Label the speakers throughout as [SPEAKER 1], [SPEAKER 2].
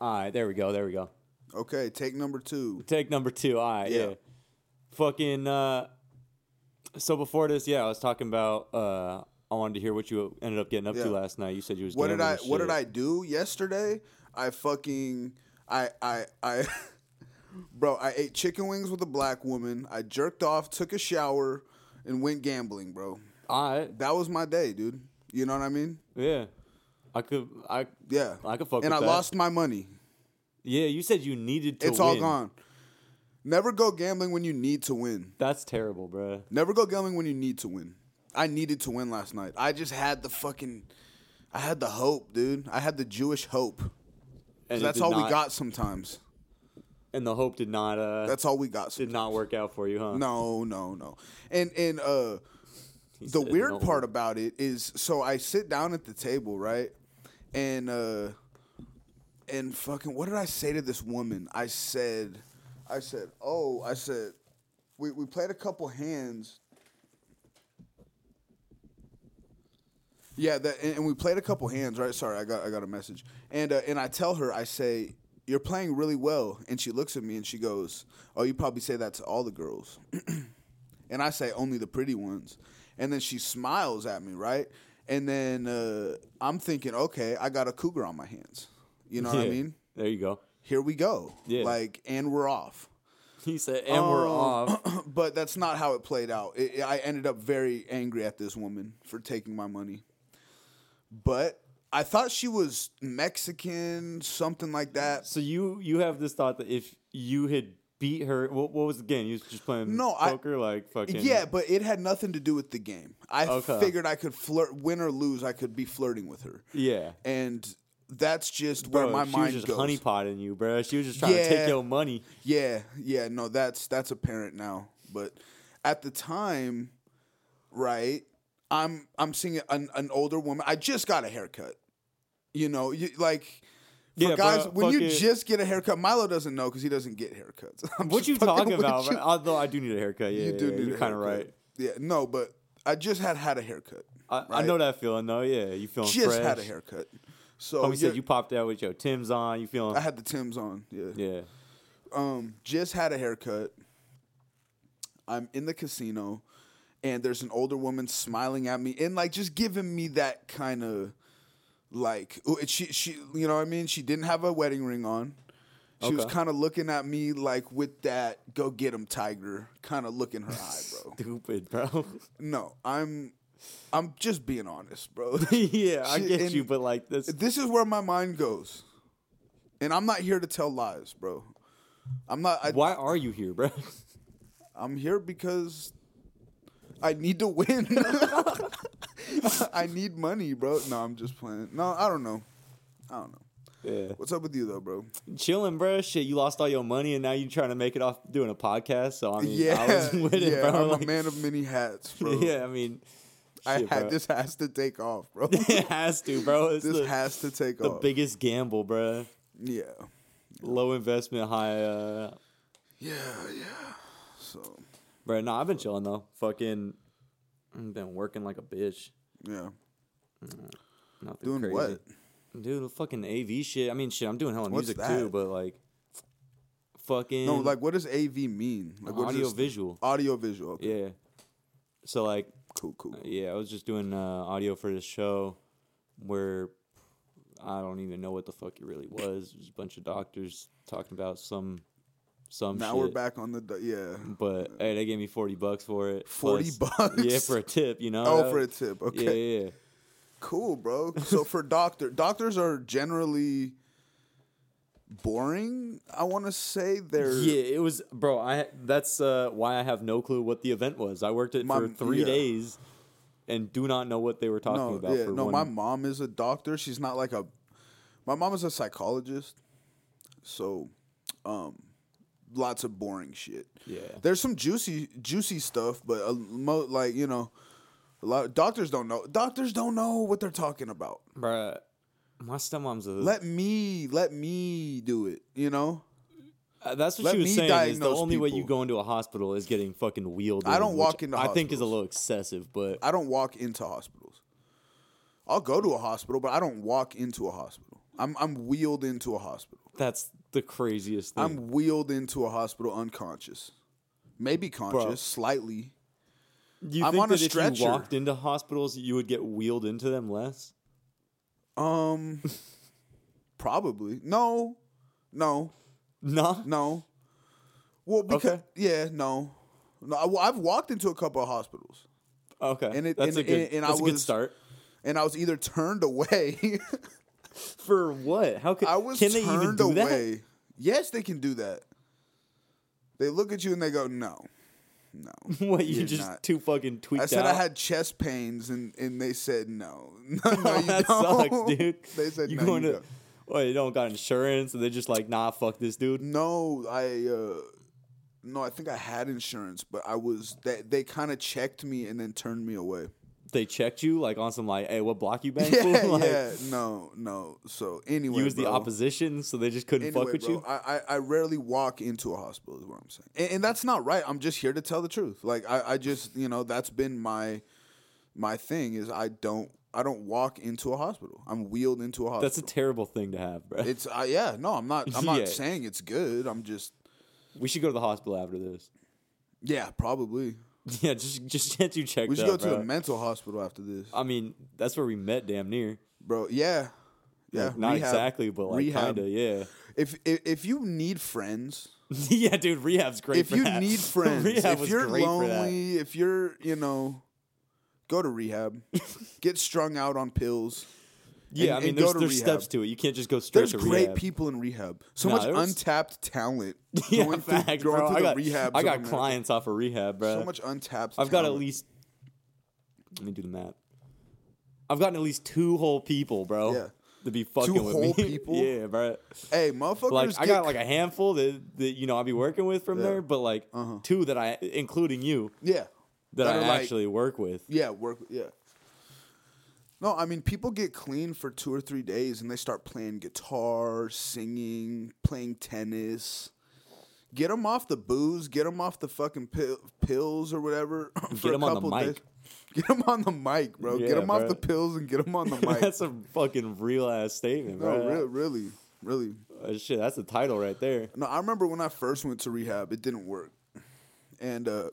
[SPEAKER 1] All right, there we go. There we go.
[SPEAKER 2] Okay, take number two.
[SPEAKER 1] Take number two. All right,
[SPEAKER 2] Yeah.
[SPEAKER 1] yeah. Fucking. Uh, so before this, yeah, I was talking about. Uh, I wanted to hear what you ended up getting up
[SPEAKER 2] Yeah.
[SPEAKER 1] to last night. You said you was.
[SPEAKER 2] What did I
[SPEAKER 1] gambling and
[SPEAKER 2] What did
[SPEAKER 1] shit.
[SPEAKER 2] I do yesterday? I fucking I I I, bro. I ate chicken wings with a black woman. I jerked off, took a shower, and went gambling, bro.
[SPEAKER 1] All right.
[SPEAKER 2] That was my day, dude. You know what I mean?
[SPEAKER 1] Yeah. I could. I.
[SPEAKER 2] Yeah.
[SPEAKER 1] I could fuck
[SPEAKER 2] And
[SPEAKER 1] with
[SPEAKER 2] I
[SPEAKER 1] that.
[SPEAKER 2] lost my money.
[SPEAKER 1] Yeah, you said you needed to.
[SPEAKER 2] It's all
[SPEAKER 1] win.
[SPEAKER 2] gone. Never go gambling when you need to win.
[SPEAKER 1] That's terrible, bruh.
[SPEAKER 2] Never go gambling when you need to win. I needed to win last night. I just had the fucking, I had the hope, dude. I had the Jewish hope. 'Cause
[SPEAKER 1] And it
[SPEAKER 2] That's
[SPEAKER 1] did
[SPEAKER 2] all we
[SPEAKER 1] not-
[SPEAKER 2] got sometimes.
[SPEAKER 1] And the hope did not. Uh,
[SPEAKER 2] That's all we got.
[SPEAKER 1] did
[SPEAKER 2] Sometimes.
[SPEAKER 1] not work out for you, huh?
[SPEAKER 2] No, no, no. And and uh,
[SPEAKER 1] He
[SPEAKER 2] the
[SPEAKER 1] said
[SPEAKER 2] weird
[SPEAKER 1] no.
[SPEAKER 2] part about it is, so I sit down at the table, right, and uh, and fucking, what did I say to this woman? I said, I said, oh, I said, we we played a couple hands. Yeah, that, and, and we played a couple hands, right? Sorry, I got I got a message, and uh, and I tell her, I say, "You're playing really well," and she looks at me and she goes, "Oh, you probably say that to all the girls," and I say, "Only the pretty ones," and then she smiles at me, right? And then uh, I'm thinking, okay, I got a cougar on my hands. You know what I
[SPEAKER 1] Yeah.
[SPEAKER 2] mean?
[SPEAKER 1] There you go.
[SPEAKER 2] Here we go.
[SPEAKER 1] Yeah.
[SPEAKER 2] Like, and we're off.
[SPEAKER 1] He said, and we're
[SPEAKER 2] Oh.
[SPEAKER 1] off.
[SPEAKER 2] but that's not how it played out. It, I ended up very angry at this woman for taking my money. But I thought she was Mexican, something like that.
[SPEAKER 1] So you you have this thought that if you had beat her, what, what was the game? You was just playing
[SPEAKER 2] No, I-
[SPEAKER 1] poker, like fucking
[SPEAKER 2] Yeah, but it had nothing to do with the game. I
[SPEAKER 1] Okay.
[SPEAKER 2] figured I could flirt, win or lose, I could be flirting with her,
[SPEAKER 1] yeah.
[SPEAKER 2] and that's just
[SPEAKER 1] Bro,
[SPEAKER 2] where my
[SPEAKER 1] she
[SPEAKER 2] mind
[SPEAKER 1] was just
[SPEAKER 2] goes.
[SPEAKER 1] honeypotting you, bro. She was just trying to
[SPEAKER 2] Yeah.
[SPEAKER 1] take your money.
[SPEAKER 2] Yeah, yeah, no, that's that's apparent now. But at the time, right, I'm I'm seeing an, an older woman. I just got a haircut. You know, you, like for
[SPEAKER 1] Yeah, uh,
[SPEAKER 2] guys,
[SPEAKER 1] bro,
[SPEAKER 2] when you
[SPEAKER 1] fucking-
[SPEAKER 2] just get a haircut, Milo doesn't know because he doesn't get haircuts. I'm
[SPEAKER 1] What
[SPEAKER 2] just
[SPEAKER 1] you
[SPEAKER 2] fucking
[SPEAKER 1] talking
[SPEAKER 2] with
[SPEAKER 1] about?
[SPEAKER 2] you.
[SPEAKER 1] bro? Although I do need a haircut. Yeah,
[SPEAKER 2] You
[SPEAKER 1] yeah,
[SPEAKER 2] do
[SPEAKER 1] yeah,
[SPEAKER 2] need
[SPEAKER 1] You're
[SPEAKER 2] a
[SPEAKER 1] kind of
[SPEAKER 2] haircut.
[SPEAKER 1] right.
[SPEAKER 2] Yeah, no, but I just had had a haircut.
[SPEAKER 1] I, I
[SPEAKER 2] Right.
[SPEAKER 1] know that feeling though. Yeah, you feeling
[SPEAKER 2] Just
[SPEAKER 1] fresh.
[SPEAKER 2] had a haircut. So
[SPEAKER 1] Oh, you said
[SPEAKER 2] you're-
[SPEAKER 1] you popped out with your Tim's on. You feeling?
[SPEAKER 2] I had the Tim's on. Yeah.
[SPEAKER 1] yeah.
[SPEAKER 2] um, just had a haircut. I'm in the casino, and there's an older woman smiling at me and like just giving me that kind of like ooh, and she she you know what I mean. She didn't have a wedding ring on. She was
[SPEAKER 1] Okay.
[SPEAKER 2] kind of looking at me like with that "go get him, tiger" kind of look in her eye, bro.
[SPEAKER 1] Stupid, bro.
[SPEAKER 2] No, I'm I'm just being honest, bro.
[SPEAKER 1] yeah, I
[SPEAKER 2] Shit,
[SPEAKER 1] get you,
[SPEAKER 2] and-
[SPEAKER 1] but like this.
[SPEAKER 2] this is where my mind goes, and I'm not here to tell lies, bro. I'm not. I,
[SPEAKER 1] Why are you here, bro?
[SPEAKER 2] I'm here because I need to win. I need money, bro. No, I'm just playing. No, I don't know. I don't know.
[SPEAKER 1] yeah.
[SPEAKER 2] What's up with you though, bro?
[SPEAKER 1] chilling, bro. Shit, you lost all your money and now you trying to make it off doing a podcast. So I mean,
[SPEAKER 2] yeah,
[SPEAKER 1] I was with it,
[SPEAKER 2] yeah.
[SPEAKER 1] bro.
[SPEAKER 2] I'm
[SPEAKER 1] Like,
[SPEAKER 2] a man of many hats, bro.
[SPEAKER 1] Yeah, I mean,
[SPEAKER 2] I
[SPEAKER 1] shit,
[SPEAKER 2] had
[SPEAKER 1] bro.
[SPEAKER 2] this has to take off, bro.
[SPEAKER 1] it has to, bro. It's
[SPEAKER 2] this
[SPEAKER 1] the,
[SPEAKER 2] has to take
[SPEAKER 1] the
[SPEAKER 2] off.
[SPEAKER 1] biggest gamble, bro.
[SPEAKER 2] yeah,
[SPEAKER 1] Low investment, high. uh
[SPEAKER 2] yeah, yeah. So
[SPEAKER 1] Bro, nah, I've been chilling though. Fucking, I've been working like a bitch.
[SPEAKER 2] yeah,
[SPEAKER 1] Nothing
[SPEAKER 2] doing
[SPEAKER 1] crazy.
[SPEAKER 2] what?
[SPEAKER 1] Dude, the fucking AV shit. I mean, shit. I'm doing hella
[SPEAKER 2] What's
[SPEAKER 1] music
[SPEAKER 2] that?
[SPEAKER 1] too, but like, fucking
[SPEAKER 2] No, like what does AV mean? Like what
[SPEAKER 1] audio
[SPEAKER 2] does
[SPEAKER 1] visual.
[SPEAKER 2] Audio visual. Okay,
[SPEAKER 1] Yeah. So like,
[SPEAKER 2] cool, cool.
[SPEAKER 1] Yeah, I was just doing uh, audio for this show where I don't even know what the fuck it really was. It was a bunch of doctors talking about some some
[SPEAKER 2] Now
[SPEAKER 1] shit.
[SPEAKER 2] we're back on the do- yeah.
[SPEAKER 1] But hey, they gave me forty bucks for it.
[SPEAKER 2] 40 bucks?
[SPEAKER 1] Yeah, for a tip, you know.
[SPEAKER 2] Oh,
[SPEAKER 1] that
[SPEAKER 2] for a
[SPEAKER 1] was-
[SPEAKER 2] tip. Okay.
[SPEAKER 1] uh, Yeah, yeah.
[SPEAKER 2] Cool, bro. So for doctor, doctors are generally boring. I want to say they're
[SPEAKER 1] Yeah, it was, bro. I that's uh, why I have no clue what the event was. I worked it
[SPEAKER 2] My-
[SPEAKER 1] for three
[SPEAKER 2] yeah.
[SPEAKER 1] days, and do not know what they were talking
[SPEAKER 2] no,
[SPEAKER 1] about.
[SPEAKER 2] yeah,
[SPEAKER 1] for
[SPEAKER 2] no.
[SPEAKER 1] one.
[SPEAKER 2] My mom is a doctor. She's not like a. My mom is a psychologist, so, um, lots of boring shit.
[SPEAKER 1] Yeah.
[SPEAKER 2] there's some juicy juicy stuff, but a, mo, like you know, a lot doctors don't know. Doctors don't know what they're talking about.
[SPEAKER 1] Bruh, my stepmom's a.
[SPEAKER 2] Let me let me do it. You know.
[SPEAKER 1] Uh, that's what
[SPEAKER 2] Let
[SPEAKER 1] she was
[SPEAKER 2] me
[SPEAKER 1] saying. Is the
[SPEAKER 2] diagnose
[SPEAKER 1] only way you
[SPEAKER 2] people.
[SPEAKER 1] go into a hospital is getting fucking wheeled.
[SPEAKER 2] I
[SPEAKER 1] in,
[SPEAKER 2] don't
[SPEAKER 1] which
[SPEAKER 2] walk into
[SPEAKER 1] I think is a
[SPEAKER 2] hospitals.
[SPEAKER 1] little excessive, but
[SPEAKER 2] I don't walk into hospitals. I'll go to a hospital, but I don't walk into a hospital. I'm I'm wheeled into a hospital.
[SPEAKER 1] That's the craziest thing.
[SPEAKER 2] I'm wheeled into a hospital unconscious, maybe conscious, slightly.
[SPEAKER 1] you
[SPEAKER 2] I'm
[SPEAKER 1] think
[SPEAKER 2] on a
[SPEAKER 1] that if
[SPEAKER 2] stretcher.
[SPEAKER 1] you walked into hospitals, you would get wheeled into them less?
[SPEAKER 2] Um, probably no, no,
[SPEAKER 1] Nah.
[SPEAKER 2] no. Well, because
[SPEAKER 1] Okay.
[SPEAKER 2] yeah, no, no. I, well, I've walked into a couple of hospitals,
[SPEAKER 1] Okay.
[SPEAKER 2] And it-
[SPEAKER 1] that's
[SPEAKER 2] and-
[SPEAKER 1] a good.
[SPEAKER 2] and- and I
[SPEAKER 1] that's a good
[SPEAKER 2] was-
[SPEAKER 1] start.
[SPEAKER 2] and I was either turned away.
[SPEAKER 1] For what? How could
[SPEAKER 2] I was
[SPEAKER 1] can they
[SPEAKER 2] turned
[SPEAKER 1] even do
[SPEAKER 2] away.
[SPEAKER 1] that?
[SPEAKER 2] Yes, they can do that. They look at you and they go, "No, no."
[SPEAKER 1] what you
[SPEAKER 2] You're
[SPEAKER 1] just
[SPEAKER 2] not.
[SPEAKER 1] too fucking tweaked
[SPEAKER 2] I said
[SPEAKER 1] out?
[SPEAKER 2] I had chest pains, and, and they said no. No, no,
[SPEAKER 1] Oh,
[SPEAKER 2] you
[SPEAKER 1] that
[SPEAKER 2] don't.
[SPEAKER 1] sucks, dude.
[SPEAKER 2] They said
[SPEAKER 1] you
[SPEAKER 2] no.
[SPEAKER 1] going
[SPEAKER 2] you
[SPEAKER 1] to?
[SPEAKER 2] don't.
[SPEAKER 1] Well, you don't got insurance, and they're just like, nah, fuck this dude.
[SPEAKER 2] No, I uh, no, I think I had insurance, but I was they, they kind of checked me and then turned me away.
[SPEAKER 1] They checked you like on some like, hey, what block you bang?
[SPEAKER 2] Yeah,
[SPEAKER 1] fool?" like,
[SPEAKER 2] yeah, no, no. So anyway,
[SPEAKER 1] You was the
[SPEAKER 2] bro.
[SPEAKER 1] opposition, so they just couldn't
[SPEAKER 2] Anyway,
[SPEAKER 1] fuck with
[SPEAKER 2] bro,
[SPEAKER 1] you.
[SPEAKER 2] I, I I rarely walk into a hospital. Is what I'm saying, and, and that's not right. I'm just here to tell the truth. Like I, I just you know that's been my my thing is I don't I don't walk into a hospital. I'm wheeled into a hospital.
[SPEAKER 1] That's a terrible thing to have, bro.
[SPEAKER 2] It's uh, yeah, no, I'm not. I'm not
[SPEAKER 1] Yeah.
[SPEAKER 2] saying it's good. I'm just
[SPEAKER 1] we should go to the hospital after this.
[SPEAKER 2] yeah, probably.
[SPEAKER 1] Yeah, just just get you checked
[SPEAKER 2] We should
[SPEAKER 1] out,
[SPEAKER 2] go to
[SPEAKER 1] bro.
[SPEAKER 2] a mental hospital after this,
[SPEAKER 1] I mean, that's where we met, damn near.
[SPEAKER 2] bro. Yeah, yeah.
[SPEAKER 1] Like, not
[SPEAKER 2] rehab.
[SPEAKER 1] exactly, but like
[SPEAKER 2] Rehab.
[SPEAKER 1] kinda, yeah.
[SPEAKER 2] If, if if you need friends,
[SPEAKER 1] yeah, dude, rehab's great.
[SPEAKER 2] if
[SPEAKER 1] for
[SPEAKER 2] you
[SPEAKER 1] that.
[SPEAKER 2] need friends,
[SPEAKER 1] rehab
[SPEAKER 2] if
[SPEAKER 1] was
[SPEAKER 2] you're
[SPEAKER 1] great for that.
[SPEAKER 2] lonely, if you're you know, go to rehab, get strung out on pills.
[SPEAKER 1] Yeah,
[SPEAKER 2] and-
[SPEAKER 1] I mean,
[SPEAKER 2] and
[SPEAKER 1] there's,
[SPEAKER 2] go to
[SPEAKER 1] there's
[SPEAKER 2] rehab.
[SPEAKER 1] steps to it. You can't just go straight
[SPEAKER 2] There's
[SPEAKER 1] to
[SPEAKER 2] great
[SPEAKER 1] rehab.
[SPEAKER 2] people in rehab. So
[SPEAKER 1] Nah,
[SPEAKER 2] much
[SPEAKER 1] there was-
[SPEAKER 2] untapped talent
[SPEAKER 1] yeah,
[SPEAKER 2] going through,
[SPEAKER 1] facts,
[SPEAKER 2] going
[SPEAKER 1] bro.
[SPEAKER 2] through
[SPEAKER 1] I
[SPEAKER 2] the
[SPEAKER 1] got,
[SPEAKER 2] rehabs
[SPEAKER 1] I
[SPEAKER 2] of
[SPEAKER 1] got
[SPEAKER 2] America.
[SPEAKER 1] clients off of rehab, bro.
[SPEAKER 2] So much untapped.
[SPEAKER 1] I've got at
[SPEAKER 2] talent.
[SPEAKER 1] least. Let me do the math. I've gotten at least two whole people, bro.
[SPEAKER 2] Yeah.
[SPEAKER 1] To be fucking with
[SPEAKER 2] whole
[SPEAKER 1] me.
[SPEAKER 2] people?
[SPEAKER 1] yeah, bro.
[SPEAKER 2] Hey, motherfuckers!
[SPEAKER 1] Like I
[SPEAKER 2] get
[SPEAKER 1] got like a handful that, that you know I'll be working with from
[SPEAKER 2] Yeah.
[SPEAKER 1] there, but like two that I, including you,
[SPEAKER 2] Yeah.
[SPEAKER 1] that,
[SPEAKER 2] are
[SPEAKER 1] I
[SPEAKER 2] like-
[SPEAKER 1] actually work with.
[SPEAKER 2] yeah, work yeah. No, I mean people get clean for 2 or 3 days and they start playing guitar, singing, playing tennis. Get them off the booze, get them off the fucking pill, pills or whatever. for a
[SPEAKER 1] them on the
[SPEAKER 2] couple
[SPEAKER 1] mic.
[SPEAKER 2] days. Get them on the mic, bro. Get 'em get
[SPEAKER 1] Yeah,
[SPEAKER 2] them off
[SPEAKER 1] bro.
[SPEAKER 2] the pills and get them on the mic.
[SPEAKER 1] that's a fucking real ass statement,
[SPEAKER 2] no,
[SPEAKER 1] bro.
[SPEAKER 2] real, really, really.
[SPEAKER 1] Uh, shit, that's the title right there.
[SPEAKER 2] No, I remember when I first went to rehab, it didn't work, and uh,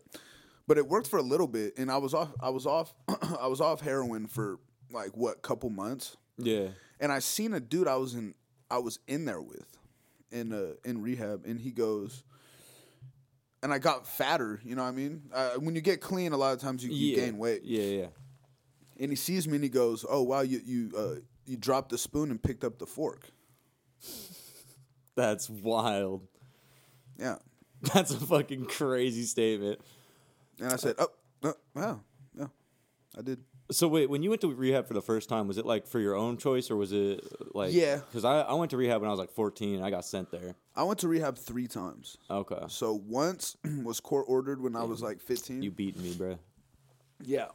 [SPEAKER 2] but it worked for a little bit, and I was off, I was off, I was off heroin for like what couple months,
[SPEAKER 1] Yeah.
[SPEAKER 2] and I seen a dude I was in, I was in there with, in uh, in rehab, and he goes, and I got fatter, you know what I mean? Uh, when you get clean, a lot of times you, you
[SPEAKER 1] yeah.
[SPEAKER 2] gain weight,
[SPEAKER 1] Yeah, yeah.
[SPEAKER 2] and he sees me and he goes, oh wow, you you uh, you dropped the spoon and picked up the fork,
[SPEAKER 1] That's wild.
[SPEAKER 2] yeah,
[SPEAKER 1] That's a fucking crazy statement.
[SPEAKER 2] and I said, oh, uh, yeah, yeah, I did.
[SPEAKER 1] So wait, when you went to rehab for the first time, was it like for your own choice or was it like
[SPEAKER 2] Yeah.
[SPEAKER 1] Because I, I went to rehab when I was like 14 and I got sent there.
[SPEAKER 2] I went to rehab three times.
[SPEAKER 1] Okay,
[SPEAKER 2] So once was court ordered when I was like 15.
[SPEAKER 1] you beat me, bro.
[SPEAKER 2] yeah.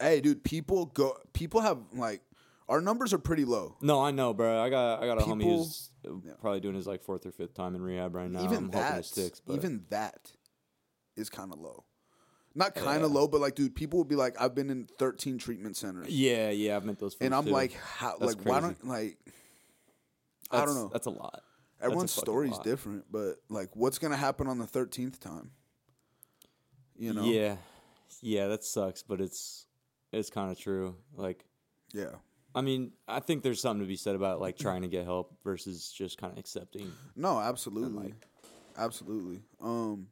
[SPEAKER 2] Hey, dude, people go. People have like our numbers are pretty low.
[SPEAKER 1] No, I know, bro. I got I got a homie
[SPEAKER 2] People-
[SPEAKER 1] who's uh, probably doing his like fourth or fifth time in rehab right now.
[SPEAKER 2] even
[SPEAKER 1] I'm hoping
[SPEAKER 2] that,
[SPEAKER 1] it sticks, but
[SPEAKER 2] even that, is kind of low. Not kind of low, but like, dude, people would be like, "I've been in 13 treatment centers,"
[SPEAKER 1] yeah, yeah, I've met those.
[SPEAKER 2] and
[SPEAKER 1] folks,
[SPEAKER 2] I'm
[SPEAKER 1] too.
[SPEAKER 2] like, "How?
[SPEAKER 1] That's
[SPEAKER 2] like,
[SPEAKER 1] crazy.
[SPEAKER 2] why don't like?" I
[SPEAKER 1] That's-
[SPEAKER 2] don't know.
[SPEAKER 1] That's a lot. That's a
[SPEAKER 2] Everyone's
[SPEAKER 1] fucking
[SPEAKER 2] story's
[SPEAKER 1] lot.
[SPEAKER 2] different, but like, what's gonna happen on the 13th time? You know?
[SPEAKER 1] Yeah, yeah, that sucks, but it's it's kind of true. Like
[SPEAKER 2] Yeah.
[SPEAKER 1] I mean, I think there's something to be said about like trying to get help versus just kind of accepting.
[SPEAKER 2] No, absolutely, absolutely. Um,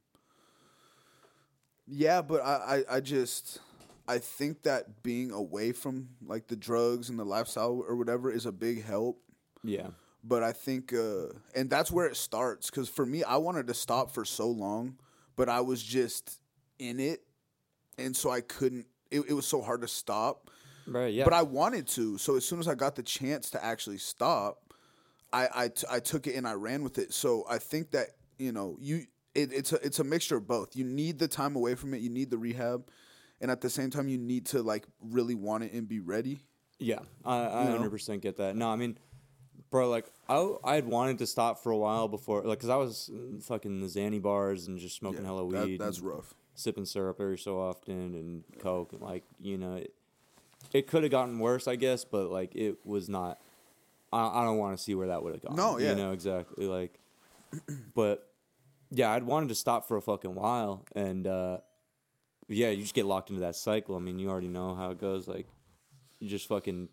[SPEAKER 2] yeah, but I, I, I just, I think that being away from like the drugs and the lifestyle or whatever is a big help.
[SPEAKER 1] Yeah.
[SPEAKER 2] But I think, uh, and that's where it starts. Because for me, I wanted to stop for so long, but I was just in it, and so I couldn't. It, it was so hard to stop
[SPEAKER 1] Right. Yeah.
[SPEAKER 2] but I wanted to. So as soon as I got the chance to actually stop, I I, t- I took it and I ran with it. So I think that you know you it, it's a it's a mixture of both. You need the time away from it. You need the rehab, and at the same time, you need to like really want it and be ready.
[SPEAKER 1] yeah, I I hundred percent get that. No, I mean, bro, like I I had wanted to stop for a while before, like, cause I was fucking the Xanny bars and just smoking hella
[SPEAKER 2] That-
[SPEAKER 1] weed.
[SPEAKER 2] that's
[SPEAKER 1] and
[SPEAKER 2] rough.
[SPEAKER 1] Sipping syrup every so often and coke and like you know, it, it could have gotten worse, I guess, but like it was not I, I don't want to see where that would have gone.
[SPEAKER 2] No, yeah.
[SPEAKER 1] you know exactly. Like, but yeah, I'd wanted to stop for a fucking while, and uh, yeah, you just get locked into that cycle. I mean, you already know how it goes. Like, you just fucking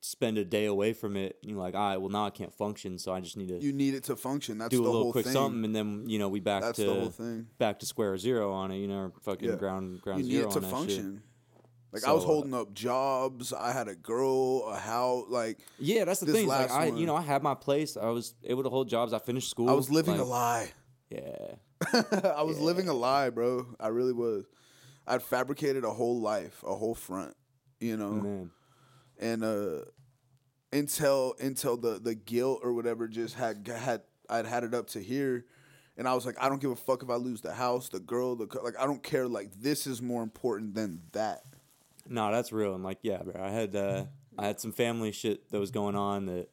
[SPEAKER 1] spend a day away from it. And you're like, all right, well now I can't function, so I just need to
[SPEAKER 2] You need it to function. That's
[SPEAKER 1] do
[SPEAKER 2] the
[SPEAKER 1] a little
[SPEAKER 2] whole
[SPEAKER 1] quick
[SPEAKER 2] thing.
[SPEAKER 1] something, and then you know we back
[SPEAKER 2] That's
[SPEAKER 1] to
[SPEAKER 2] the whole thing.
[SPEAKER 1] back to square zero on it. You know, or fucking
[SPEAKER 2] Yeah.
[SPEAKER 1] ground ground
[SPEAKER 2] You need
[SPEAKER 1] zero
[SPEAKER 2] it to
[SPEAKER 1] on that shit.
[SPEAKER 2] function. Like I was
[SPEAKER 1] So, uh,
[SPEAKER 2] holding up jobs. I had a girl, a house. Like
[SPEAKER 1] Yeah, that's the
[SPEAKER 2] This
[SPEAKER 1] thing. Like
[SPEAKER 2] last
[SPEAKER 1] I,
[SPEAKER 2] one.
[SPEAKER 1] you know, I had my place. I was able to hold jobs. I finished school.
[SPEAKER 2] I was living a
[SPEAKER 1] like,
[SPEAKER 2] lie.
[SPEAKER 1] Yeah,
[SPEAKER 2] I was living a lie, bro. I really was. I'd fabricated a whole life, a whole front, you know,
[SPEAKER 1] man.
[SPEAKER 2] and uh, until until the the guilt or whatever just had had I'd had it up to here, and I was like, I don't give a fuck if I lose the house, the girl, the co- like, I don't care. Like this is more important than that.
[SPEAKER 1] No, that's real. And like, yeah, bro, I had uh, I had some family shit that was going on that,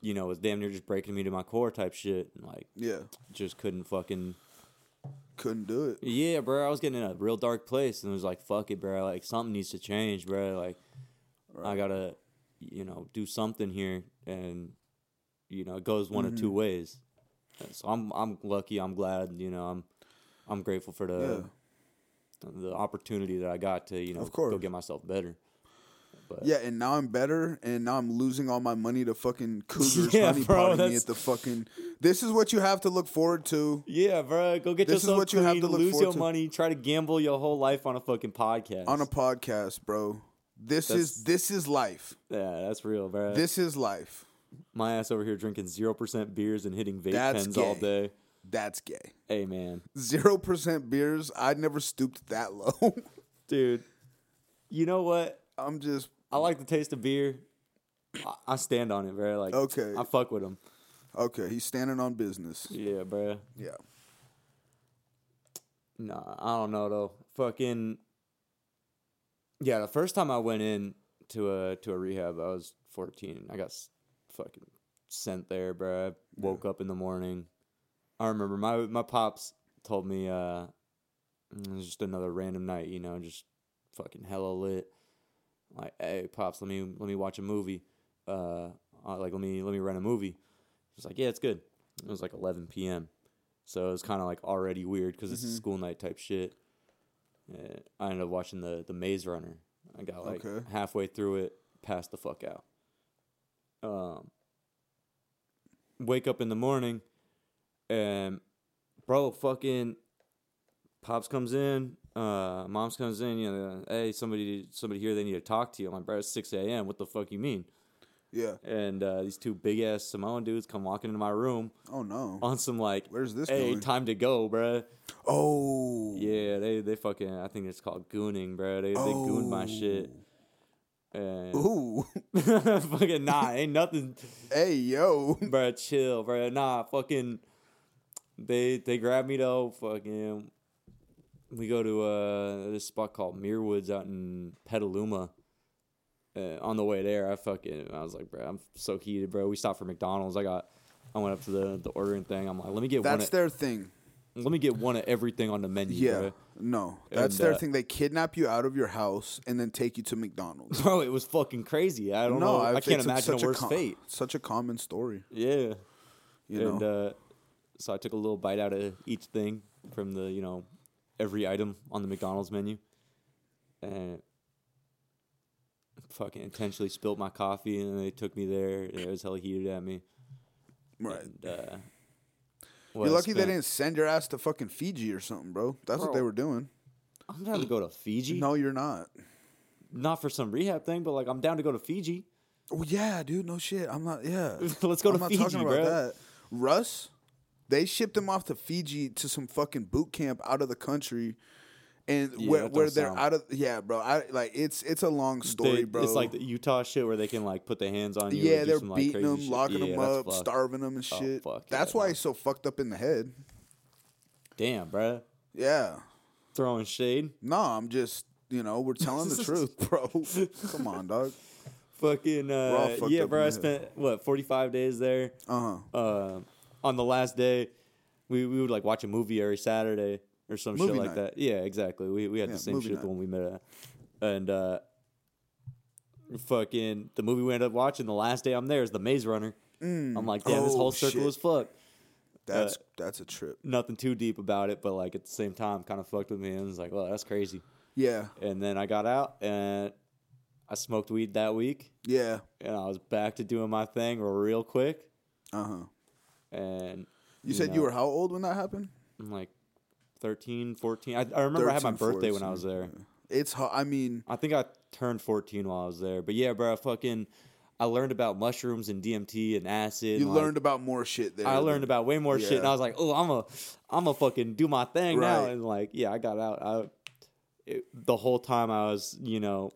[SPEAKER 1] you know, was damn near just breaking me to my core type shit, and like,
[SPEAKER 2] Yeah,
[SPEAKER 1] just couldn't fucking.
[SPEAKER 2] couldn't do it.
[SPEAKER 1] Yeah, bro, I was getting in a real dark place, and it was like, fuck it, bro. Like something needs to change, bro. Like, I gotta, you know, do something here, and you know, it goes one of two
[SPEAKER 2] Mm-hmm.
[SPEAKER 1] ways. So I'm I'm lucky. I'm glad. You know, I'm I'm grateful for the the opportunity that I got to you know
[SPEAKER 2] Of course.
[SPEAKER 1] go get myself better. But
[SPEAKER 2] Yeah, and now I'm better, and now I'm losing all my money to fucking cougars
[SPEAKER 1] Yeah,
[SPEAKER 2] honeypotting
[SPEAKER 1] bro,
[SPEAKER 2] me
[SPEAKER 1] that's-
[SPEAKER 2] at the fucking. This is what you have to look forward to.
[SPEAKER 1] Yeah, bro. Go get
[SPEAKER 2] This is
[SPEAKER 1] yourself
[SPEAKER 2] what you
[SPEAKER 1] clean,
[SPEAKER 2] have to look
[SPEAKER 1] lose
[SPEAKER 2] forward
[SPEAKER 1] your
[SPEAKER 2] to.
[SPEAKER 1] money, try to gamble your whole life on a fucking podcast.
[SPEAKER 2] on a podcast, bro. This is
[SPEAKER 1] That's-
[SPEAKER 2] this is life.
[SPEAKER 1] yeah, that's real, bro.
[SPEAKER 2] This is life.
[SPEAKER 1] My ass over here drinking zero percent beers and hitting vape
[SPEAKER 2] That's
[SPEAKER 1] pens all
[SPEAKER 2] gay.
[SPEAKER 1] day.
[SPEAKER 2] That's gay.
[SPEAKER 1] Hey, man,
[SPEAKER 2] Zero percent beers. I never stooped that low.
[SPEAKER 1] dude. You know what?
[SPEAKER 2] I'm just
[SPEAKER 1] I like the taste of beer. I, I stand on it, bro. Like,
[SPEAKER 2] Okay.
[SPEAKER 1] I fuck with them.
[SPEAKER 2] okay. He's standing on business.
[SPEAKER 1] Yeah, bro.
[SPEAKER 2] Yeah.
[SPEAKER 1] Nah, I don't know though. Fucking yeah. The first time I went in to a to a rehab, I was fourteen. I got s- fucking sent there, bro. I woke up in the morning. I remember my my pops told me uh, it was just another random night, you know, just fucking hella lit. Like, hey, pops, let me let me watch a movie. Uh, uh, like let me let me rent a movie. He's like, yeah, it's good. It was like 11 p.m. So it was kind of like already weird because it's a school night type shit. Uh, I ended up watching the the Maze Runner. I got like
[SPEAKER 2] Okay.
[SPEAKER 1] halfway through it, passed the fuck out. Um, wake up in the morning, and bro, fucking pops comes in, uh, mom's comes in. You know, hey, somebody, somebody here, they need to talk to you. I'm like, bro, it's 6 a.m. What the fuck you mean?
[SPEAKER 2] Yeah.
[SPEAKER 1] And uh, these two big ass Samoan dudes come walking into my room
[SPEAKER 2] Oh no.
[SPEAKER 1] on some like,
[SPEAKER 2] Where's this
[SPEAKER 1] Uh, hey,
[SPEAKER 2] going?
[SPEAKER 1] time to go, bruh.
[SPEAKER 2] Oh.
[SPEAKER 1] Yeah, they they fucking. I think it's called gooning, bruh. They they gooned my shit. And
[SPEAKER 2] Ooh.
[SPEAKER 1] fucking nah, ain't nothing,
[SPEAKER 2] hey yo.
[SPEAKER 1] bruh. Chill, bruh. Nah, fucking. They they grab me though. Fucking. We go to uh this spot called Mirwoods out in Petaluma. Uh, on the way there, I fucking I was like, bruh, I'm so heated, bro. We stopped for McDonald's. I got, I went up to the the ordering thing. I'm like, let me get one.
[SPEAKER 2] That's
[SPEAKER 1] of-
[SPEAKER 2] their thing.
[SPEAKER 1] Let me get one of everything on the menu.
[SPEAKER 2] Yeah.
[SPEAKER 1] Bro.
[SPEAKER 2] No. That's
[SPEAKER 1] And,
[SPEAKER 2] their
[SPEAKER 1] uh,
[SPEAKER 2] thing. They kidnap you out of your house and then take you to McDonald's.
[SPEAKER 1] Bro, it was fucking crazy. I don't know. I,
[SPEAKER 2] I've-
[SPEAKER 1] can't
[SPEAKER 2] it's
[SPEAKER 1] imagine a
[SPEAKER 2] such
[SPEAKER 1] worse
[SPEAKER 2] com-
[SPEAKER 1] fate.
[SPEAKER 2] Such a common story.
[SPEAKER 1] Yeah.
[SPEAKER 2] You know.
[SPEAKER 1] and uh, so I took a little bite out of each thing from the, you know, every item on the McDonald's menu. And fucking intentionally spilled my coffee and they took me there. It was hella heated at me.
[SPEAKER 2] right.
[SPEAKER 1] And, uh,
[SPEAKER 2] You're lucky they didn't send your ass to fucking Fiji or something, bro. That's what
[SPEAKER 1] Bro.
[SPEAKER 2] they were doing.
[SPEAKER 1] I'm down to go to Fiji.
[SPEAKER 2] No, you're not.
[SPEAKER 1] Not for some rehab thing, but like I'm down to go to Fiji.
[SPEAKER 2] Oh yeah, dude. No shit. I'm not. Yeah.
[SPEAKER 1] Let's go
[SPEAKER 2] I'm
[SPEAKER 1] to
[SPEAKER 2] not
[SPEAKER 1] Fiji,
[SPEAKER 2] talking about
[SPEAKER 1] bro.
[SPEAKER 2] that. Russ, they shipped him off to Fiji to some fucking boot camp out of the country, and
[SPEAKER 1] Yeah,
[SPEAKER 2] where
[SPEAKER 1] that
[SPEAKER 2] where
[SPEAKER 1] don't
[SPEAKER 2] they're
[SPEAKER 1] sound-
[SPEAKER 2] out of yeah, bro. I like it's it's a long story,
[SPEAKER 1] They-
[SPEAKER 2] bro.
[SPEAKER 1] It's like the Utah shit where they can like put their hands on you. and
[SPEAKER 2] yeah,
[SPEAKER 1] do
[SPEAKER 2] they're
[SPEAKER 1] some, like,
[SPEAKER 2] beating
[SPEAKER 1] crazy
[SPEAKER 2] him,
[SPEAKER 1] shit.
[SPEAKER 2] locking
[SPEAKER 1] Yeah,
[SPEAKER 2] him
[SPEAKER 1] that's
[SPEAKER 2] up,
[SPEAKER 1] fucked. Oh,
[SPEAKER 2] starving him and shit.
[SPEAKER 1] fuck, yeah,
[SPEAKER 2] that's why
[SPEAKER 1] no.
[SPEAKER 2] he's so fucked up in the head.
[SPEAKER 1] Damn, bro.
[SPEAKER 2] Yeah.
[SPEAKER 1] Throwing shade.
[SPEAKER 2] No, I'm just you know we're telling the truth, bro. Come on, dog.
[SPEAKER 1] Fucking
[SPEAKER 2] all
[SPEAKER 1] uh,
[SPEAKER 2] fucked
[SPEAKER 1] yeah,
[SPEAKER 2] up
[SPEAKER 1] bro.
[SPEAKER 2] in
[SPEAKER 1] I
[SPEAKER 2] the
[SPEAKER 1] spent what forty five days there.
[SPEAKER 2] Uh huh.
[SPEAKER 1] Uh, on the last day, we, we would like watch a movie every Saturday or some
[SPEAKER 2] Movie
[SPEAKER 1] shit like
[SPEAKER 2] night.
[SPEAKER 1] that. Yeah, exactly. We we had
[SPEAKER 2] Yeah,
[SPEAKER 1] the same
[SPEAKER 2] movie
[SPEAKER 1] shit
[SPEAKER 2] night.
[SPEAKER 1] when we met, at. and uh, fucking the movie we ended up watching the last day I'm there is The Maze Runner. I'm like, damn, this
[SPEAKER 2] Oh,
[SPEAKER 1] whole circle
[SPEAKER 2] shit.
[SPEAKER 1] is fucked.
[SPEAKER 2] That's that's a trip.
[SPEAKER 1] Nothing too deep about it, but like at the same time, kind of fucked with me. And I was like, well, that's crazy.
[SPEAKER 2] Yeah,
[SPEAKER 1] And then I got out and I smoked weed that week,
[SPEAKER 2] yeah.
[SPEAKER 1] and I was back to doing my thing real quick.
[SPEAKER 2] Uh huh.
[SPEAKER 1] And
[SPEAKER 2] You said you
[SPEAKER 1] know,
[SPEAKER 2] were how old when that happened?
[SPEAKER 1] I'm like 13, 14. I, I remember I had my
[SPEAKER 2] 13,
[SPEAKER 1] birthday when I
[SPEAKER 2] 14,
[SPEAKER 1] was there.
[SPEAKER 2] It's ho- I mean,
[SPEAKER 1] I think I turned 14 while I was there. But yeah, bro, I fucking I learned about mushrooms and DMT and acid.
[SPEAKER 2] you
[SPEAKER 1] and, like,
[SPEAKER 2] learned about more shit there.
[SPEAKER 1] I learned about way more shit, and
[SPEAKER 2] Yeah.
[SPEAKER 1] I was like, "Oh, I'm a, I'm a fucking do my thing now."
[SPEAKER 2] Right.
[SPEAKER 1] And like, yeah, I got out. I, it, the whole time I was, you know,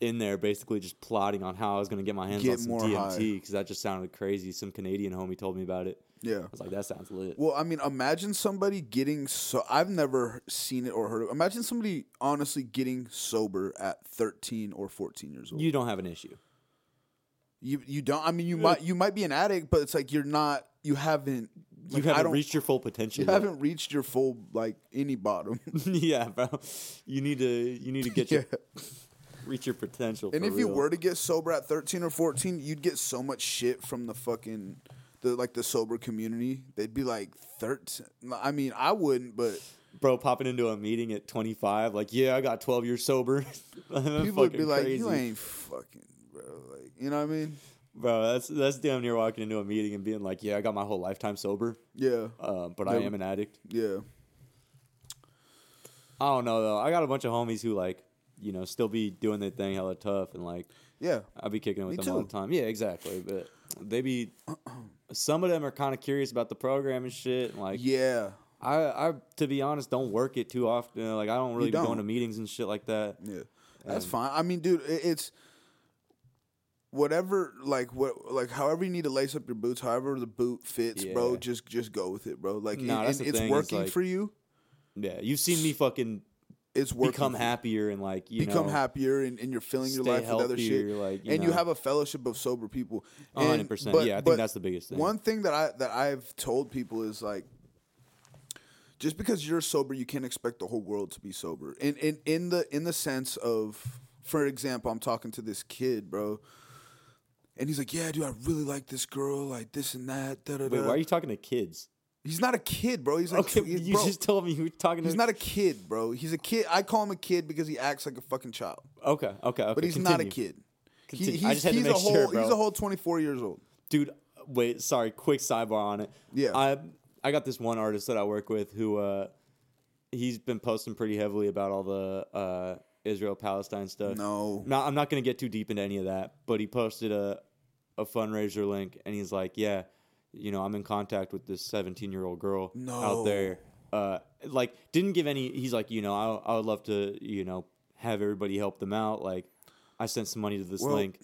[SPEAKER 1] in there, basically just plotting on how I was gonna get my hands
[SPEAKER 2] Get
[SPEAKER 1] on some
[SPEAKER 2] more high.
[SPEAKER 1] DMT because that just sounded crazy. Some Canadian homie told me about it.
[SPEAKER 2] Yeah.
[SPEAKER 1] I was like, "That sounds lit."
[SPEAKER 2] Well, I mean, imagine somebody getting so. I've never seen it or heard of. Imagine somebody honestly getting sober at 13 or 14 years old.
[SPEAKER 1] you don't have an issue.
[SPEAKER 2] You you don't. I mean, you might you might be an addict, but it's like you're not. You haven't. like,
[SPEAKER 1] you
[SPEAKER 2] I
[SPEAKER 1] haven't
[SPEAKER 2] don't-
[SPEAKER 1] reached your full potential.
[SPEAKER 2] You
[SPEAKER 1] yet.
[SPEAKER 2] haven't reached your full like any bottom.
[SPEAKER 1] yeah, bro. You need to, you need to get your, reach your potential.
[SPEAKER 2] And
[SPEAKER 1] for
[SPEAKER 2] if you
[SPEAKER 1] real.
[SPEAKER 2] were to get sober at 13 or 14, you'd get so much shit from the fucking the like the sober community. They'd be like 13. I mean, I wouldn't, but
[SPEAKER 1] bro popping into a meeting at 25 like yeah i got 12 years sober
[SPEAKER 2] people would be like, "You ain't fucking, bro." Like, you know what I mean?
[SPEAKER 1] bro that's that's damn near walking into a meeting and being like yeah i got my whole lifetime sober
[SPEAKER 2] Yeah.
[SPEAKER 1] uh, but i
[SPEAKER 2] They-
[SPEAKER 1] am an addict
[SPEAKER 2] Yeah.
[SPEAKER 1] i don't know though i got a bunch of homies who like you know still be doing their thing hella tough and like
[SPEAKER 2] Yeah.
[SPEAKER 1] i'll be kicking it with
[SPEAKER 2] Me
[SPEAKER 1] them all
[SPEAKER 2] too.
[SPEAKER 1] the time yeah exactly but they be some of them are kind of curious about the program and shit and, like
[SPEAKER 2] Yeah.
[SPEAKER 1] i i to be honest don't work it too often like i don't really be
[SPEAKER 2] don't.
[SPEAKER 1] going to meetings and shit like that
[SPEAKER 2] Yeah. That's fine. I mean, dude, it, it's whatever like what like however you need to lace up your boots, however the boot fits, bro,
[SPEAKER 1] Yeah.
[SPEAKER 2] just just go with it, bro. Like
[SPEAKER 1] Nah,
[SPEAKER 2] and-
[SPEAKER 1] that's
[SPEAKER 2] and
[SPEAKER 1] the
[SPEAKER 2] it's
[SPEAKER 1] thing, is,
[SPEAKER 2] working
[SPEAKER 1] like,
[SPEAKER 2] for you.
[SPEAKER 1] yeah you've seen me fucking
[SPEAKER 2] It's working
[SPEAKER 1] become
[SPEAKER 2] for you.
[SPEAKER 1] happier and like you
[SPEAKER 2] become
[SPEAKER 1] know,
[SPEAKER 2] happier and, and you're filling your
[SPEAKER 1] stay
[SPEAKER 2] life with other shit.
[SPEAKER 1] healthier, like, you
[SPEAKER 2] and you
[SPEAKER 1] know.
[SPEAKER 2] have a fellowship of sober people.
[SPEAKER 1] A
[SPEAKER 2] And-
[SPEAKER 1] hundred percent.
[SPEAKER 2] but-
[SPEAKER 1] Yeah, I think
[SPEAKER 2] but
[SPEAKER 1] that's the biggest thing.
[SPEAKER 2] One thing that I that I've told people is like just because you're sober, you can't expect the whole world to be sober. In in in the in the sense of for example, I'm talking to this kid, bro. And he's like, "Yeah, dude, I really like this girl, like this and that." Da, da,
[SPEAKER 1] Wait,
[SPEAKER 2] da.
[SPEAKER 1] why are you talking to kids?
[SPEAKER 2] He's not a kid, bro. He's like,
[SPEAKER 1] Okay,
[SPEAKER 2] tw- he's-
[SPEAKER 1] you
[SPEAKER 2] bro,
[SPEAKER 1] just told me you were talking to.
[SPEAKER 2] he's not a kid, bro. He's a kid. I call him a kid because he acts like a fucking child
[SPEAKER 1] okay, okay, okay.
[SPEAKER 2] but he's not a
[SPEAKER 1] continue.
[SPEAKER 2] kid. He-
[SPEAKER 1] Continue. I
[SPEAKER 2] he's
[SPEAKER 1] just had to
[SPEAKER 2] he's a
[SPEAKER 1] make
[SPEAKER 2] whole
[SPEAKER 1] sure, bro.
[SPEAKER 2] he's a whole 24 years old.
[SPEAKER 1] dude. Wait, sorry. Quick sidebar on it.
[SPEAKER 2] Yeah.
[SPEAKER 1] I I got this one artist that I work with who uh, he's been posting pretty heavily about all the uh, Israel Palestine stuff.
[SPEAKER 2] No.
[SPEAKER 1] No, I'm not going to get too deep into any of that, but he posted a a fundraiser link and he's like, "Yeah, you know, I'm in contact with this 17-year-old girl
[SPEAKER 2] No.
[SPEAKER 1] out there." Uh like didn't give any he's like, "You know, I I would love to, you know, have everybody help them out like I sent some money to this
[SPEAKER 2] Well-
[SPEAKER 1] link."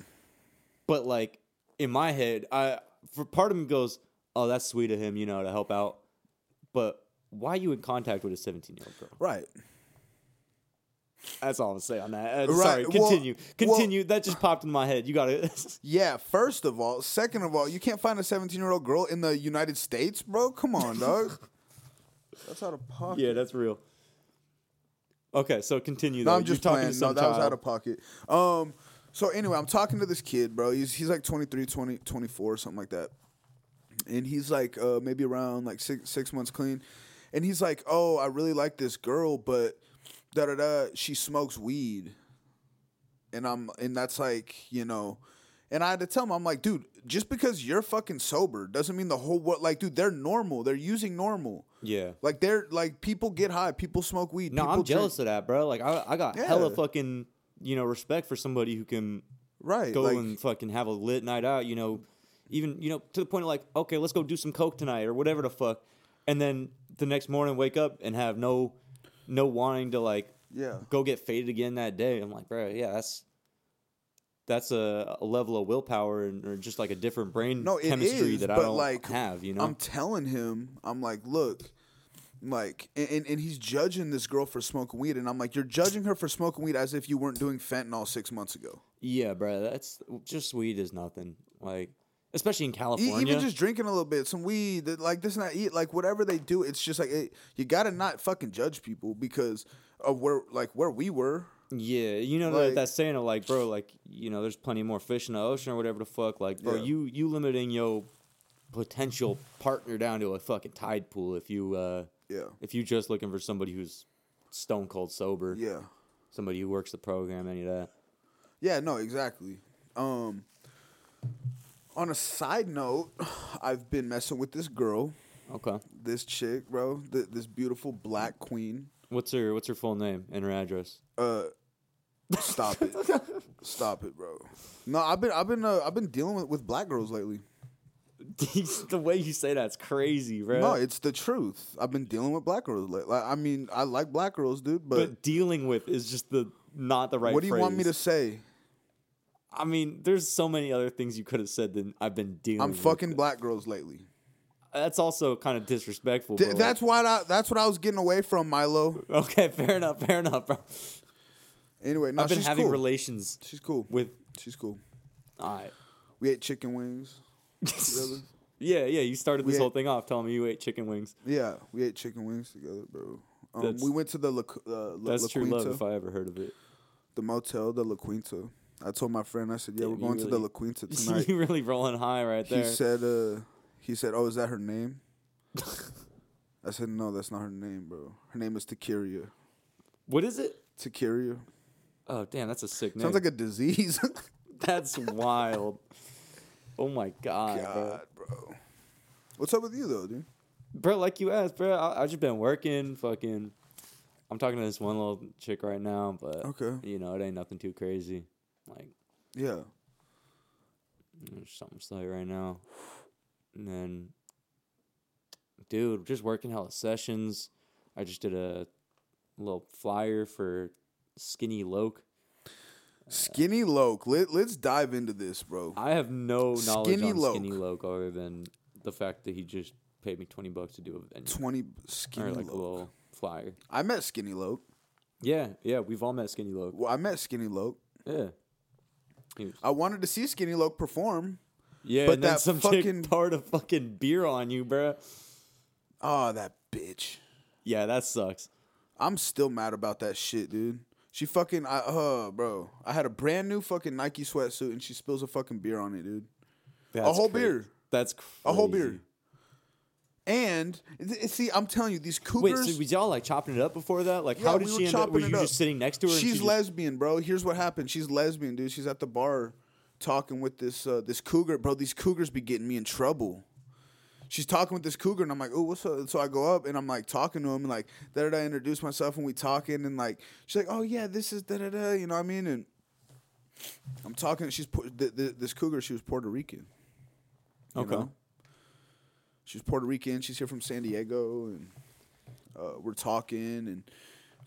[SPEAKER 1] But like in my head, I for part of me goes, "Oh, that's sweet of him, you know, to help out." But why you in contact with a 17-year-old girl?
[SPEAKER 2] Right.
[SPEAKER 1] That's all I'm gonna say on that. Uh,
[SPEAKER 2] Right,
[SPEAKER 1] Sorry,
[SPEAKER 2] well-
[SPEAKER 1] continue.
[SPEAKER 2] well-
[SPEAKER 1] continue. that just popped in my head. You gotta
[SPEAKER 2] Yeah, first of all, second of all, you can't find a 17-year-old girl in the United States, bro. Come on, dog. That's out of pocket.
[SPEAKER 1] Yeah, that's real. Okay, so continue though.
[SPEAKER 2] No, I'm just
[SPEAKER 1] You're talking
[SPEAKER 2] playing.
[SPEAKER 1] to
[SPEAKER 2] No,
[SPEAKER 1] some
[SPEAKER 2] that was out
[SPEAKER 1] child.
[SPEAKER 2] of pocket. Um, so anyway, I'm talking to this kid, bro. He's he's like 23, 20, 24, something like that. And he's like uh, maybe around like six six months clean. And he's like, oh, I really like this girl, but da da da, she smokes weed. And I'm and that's like you know. And I had to tell him, I'm like, dude, just because you're fucking sober doesn't mean the whole world. Like, dude, they're normal. They're using normal.
[SPEAKER 1] yeah.
[SPEAKER 2] Like, they're like people get high, people smoke weed.
[SPEAKER 1] No,
[SPEAKER 2] people
[SPEAKER 1] I'm
[SPEAKER 2] drink.
[SPEAKER 1] jealous of that, bro. Like I, I got hella
[SPEAKER 2] Yeah.
[SPEAKER 1] fucking you know respect for somebody who can
[SPEAKER 2] Right.
[SPEAKER 1] go
[SPEAKER 2] like,
[SPEAKER 1] and fucking have a lit night out. You know, even you know to the point of like, okay, let's go do some coke tonight or whatever the fuck, and then the next morning wake up and have no, no wanting to like
[SPEAKER 2] yeah.
[SPEAKER 1] go get faded again that day. I'm like, bro, yeah, that's that's a, a level of willpower and or just like a different brain
[SPEAKER 2] No, it
[SPEAKER 1] chemistry
[SPEAKER 2] is,
[SPEAKER 1] that I
[SPEAKER 2] but,
[SPEAKER 1] don't
[SPEAKER 2] like,
[SPEAKER 1] have. You know,
[SPEAKER 2] I'm telling him, I'm like, look, like, and, and, and he's judging this girl for smoking weed, and I'm like, you're judging her for smoking weed as if you weren't doing fentanyl six months ago.
[SPEAKER 1] yeah, bro, that's just weed is nothing. Like, especially in
[SPEAKER 2] E-
[SPEAKER 1] California,
[SPEAKER 2] even just drinking a little bit, some weed, that, like this and that, eat, like whatever they do, it's just like it, you gotta not fucking judge people because of where, like where we were.
[SPEAKER 1] Yeah, you know that
[SPEAKER 2] Like-
[SPEAKER 1] that saying of like, bro, like you know, there's plenty more fish in the ocean or whatever the fuck. Like, bro,
[SPEAKER 2] Yeah.
[SPEAKER 1] you you limiting your potential partner down to a fucking tide pool if you uh
[SPEAKER 2] Yeah.
[SPEAKER 1] if you just looking for somebody who's stone cold sober,
[SPEAKER 2] Yeah.
[SPEAKER 1] somebody who works the program, any of that.
[SPEAKER 2] Yeah, no, exactly. Um on a side note, I've been messing with this girl,
[SPEAKER 1] Okay,
[SPEAKER 2] this chick, bro, th- this beautiful black queen.
[SPEAKER 1] what's her what's her full name and her address?
[SPEAKER 2] Uh stop it. stop it, bro. No, I've been I've been uh, I've been dealing with, with black girls lately.
[SPEAKER 1] the way you say that's crazy, bro.
[SPEAKER 2] No, it's the truth. I've been dealing with black girls. Like, like, I mean, I like black girls, dude,
[SPEAKER 1] but,
[SPEAKER 2] but,
[SPEAKER 1] dealing with is just the not the right.
[SPEAKER 2] what do you want me to
[SPEAKER 1] phrase.
[SPEAKER 2] say?
[SPEAKER 1] I mean, there's so many other things you could have said than I've been dealing.
[SPEAKER 2] I'm
[SPEAKER 1] with
[SPEAKER 2] fucking
[SPEAKER 1] it."
[SPEAKER 2] black girls lately.
[SPEAKER 1] That's also kind of disrespectful.
[SPEAKER 2] Th-
[SPEAKER 1] bro. Like-
[SPEAKER 2] that's why I, that's what I was getting away from, Milo.
[SPEAKER 1] Okay, fair enough, fair enough, bro.
[SPEAKER 2] Anyway, no,
[SPEAKER 1] I've been
[SPEAKER 2] she's
[SPEAKER 1] having
[SPEAKER 2] cool.
[SPEAKER 1] relations
[SPEAKER 2] she's cool.
[SPEAKER 1] with.
[SPEAKER 2] she's cool.
[SPEAKER 1] All right.
[SPEAKER 2] We ate chicken wings. Together.
[SPEAKER 1] yeah, yeah. You started this
[SPEAKER 2] We
[SPEAKER 1] whole
[SPEAKER 2] had-
[SPEAKER 1] thing off telling me you ate chicken wings.
[SPEAKER 2] Yeah, we ate chicken wings together, bro. Um,
[SPEAKER 1] That's-
[SPEAKER 2] we went to the La, Cu- uh, La,
[SPEAKER 1] That's
[SPEAKER 2] La
[SPEAKER 1] true love,
[SPEAKER 2] Quinta,
[SPEAKER 1] if I ever heard of it.
[SPEAKER 2] the motel, the La Quinta. I told my friend, I said, "Yeah,
[SPEAKER 1] Damn,
[SPEAKER 2] we're
[SPEAKER 1] you
[SPEAKER 2] going to the
[SPEAKER 1] really-
[SPEAKER 2] La Quinta tonight."
[SPEAKER 1] you really rolling high right
[SPEAKER 2] he
[SPEAKER 1] there.
[SPEAKER 2] said, uh, "He said, oh, is that her name?" I said, "No, that's not her name, bro. Her name is Takiria.
[SPEAKER 1] what is it?
[SPEAKER 2] Takiria
[SPEAKER 1] Oh damn, that's a sick name.
[SPEAKER 2] sounds like a disease."
[SPEAKER 1] that's wild. Oh my god, bro.
[SPEAKER 2] God, bro. What's up with you though, dude?
[SPEAKER 1] Bro, like you asked, bro. I, I just been working, fucking. I'm talking to this one little chick right now, but
[SPEAKER 2] Okay.
[SPEAKER 1] you know it ain't nothing too crazy. Like
[SPEAKER 2] Yeah.
[SPEAKER 1] There's something slight right now. And then, dude, just working hella sessions. I just did a little flyer for Skinny Loke.
[SPEAKER 2] Skinny Loke. Let, let's dive into this, bro.
[SPEAKER 1] I have no knowledge
[SPEAKER 2] Skinny
[SPEAKER 1] on Skinny Loke other than the fact that he just paid me 20 bucks to do a venue.
[SPEAKER 2] Twenty
[SPEAKER 1] Or
[SPEAKER 2] Skinny
[SPEAKER 1] like a
[SPEAKER 2] Loke.
[SPEAKER 1] little flyer.
[SPEAKER 2] I met Skinny Loke.
[SPEAKER 1] Yeah, yeah, we've all met Skinny Loke.
[SPEAKER 2] Well, I met Skinny Loke.
[SPEAKER 1] Yeah. He was-
[SPEAKER 2] I wanted to see Skinny Loke perform.
[SPEAKER 1] yeah,
[SPEAKER 2] But
[SPEAKER 1] and then
[SPEAKER 2] that
[SPEAKER 1] some
[SPEAKER 2] fucking-
[SPEAKER 1] chick poured a fucking beer on you, bruh.
[SPEAKER 2] Oh, that bitch.
[SPEAKER 1] Yeah, that sucks.
[SPEAKER 2] I'm still mad about that shit, dude. She fucking I uh bro. I had a brand new fucking Nike sweatsuit and she spills a fucking beer on it, dude.
[SPEAKER 1] That's
[SPEAKER 2] whole
[SPEAKER 1] cra-
[SPEAKER 2] beer.
[SPEAKER 1] That's crazy.
[SPEAKER 2] A whole beer. And th- th- see, I'm telling you, these
[SPEAKER 1] Wait,
[SPEAKER 2] cougars.
[SPEAKER 1] so was y'all like chopping it up before that? Like,
[SPEAKER 2] Yeah,
[SPEAKER 1] how did
[SPEAKER 2] we were
[SPEAKER 1] she end up? Were
[SPEAKER 2] chopping it
[SPEAKER 1] you
[SPEAKER 2] up.
[SPEAKER 1] just sitting next to her? and
[SPEAKER 2] She's
[SPEAKER 1] she just-
[SPEAKER 2] lesbian, bro. Here's what happened. She's lesbian, dude. She's at the bar talking with this uh, this cougar, bro. These cougars be getting me in trouble. She's talking with this cougar, and I'm like, "Oh, what's up?" So I go up and I'm like talking to him, and like, da da I introduce myself, and we talking, and like, she's like, "Oh yeah, this is da da da," you know what I mean? And I'm talking. and She's pu- th- th- this cougar. She was Puerto Rican. you
[SPEAKER 1] Okay.
[SPEAKER 2] know? She's Puerto Rican. She's here from San Diego, and uh, we're talking and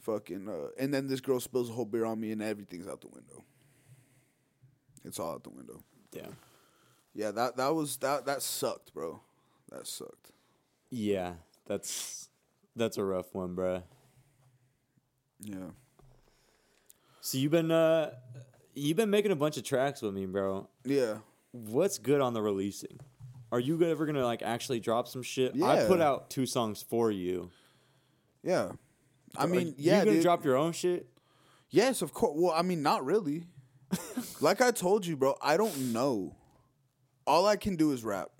[SPEAKER 2] fucking. Uh, and then this girl spills a whole beer on me, and everything's out the window. It's all out the window.
[SPEAKER 1] yeah,
[SPEAKER 2] Yeah, that that was that that sucked, bro. That sucked.
[SPEAKER 1] yeah. That's that's a rough one, bruh.
[SPEAKER 2] Yeah.
[SPEAKER 1] So you've been uh, you've been making a bunch of tracks with me, bro.
[SPEAKER 2] Yeah.
[SPEAKER 1] What's good on the releasing? Are you ever gonna like actually drop some shit? I
[SPEAKER 2] Yeah.
[SPEAKER 1] put out two songs for you.
[SPEAKER 2] Yeah. I
[SPEAKER 1] Are
[SPEAKER 2] mean,
[SPEAKER 1] you
[SPEAKER 2] yeah,
[SPEAKER 1] gonna
[SPEAKER 2] dude.
[SPEAKER 1] drop your own shit?
[SPEAKER 2] yes, of course. Well, I mean, not really. like I told you, bro, I don't know. All I can do is rap.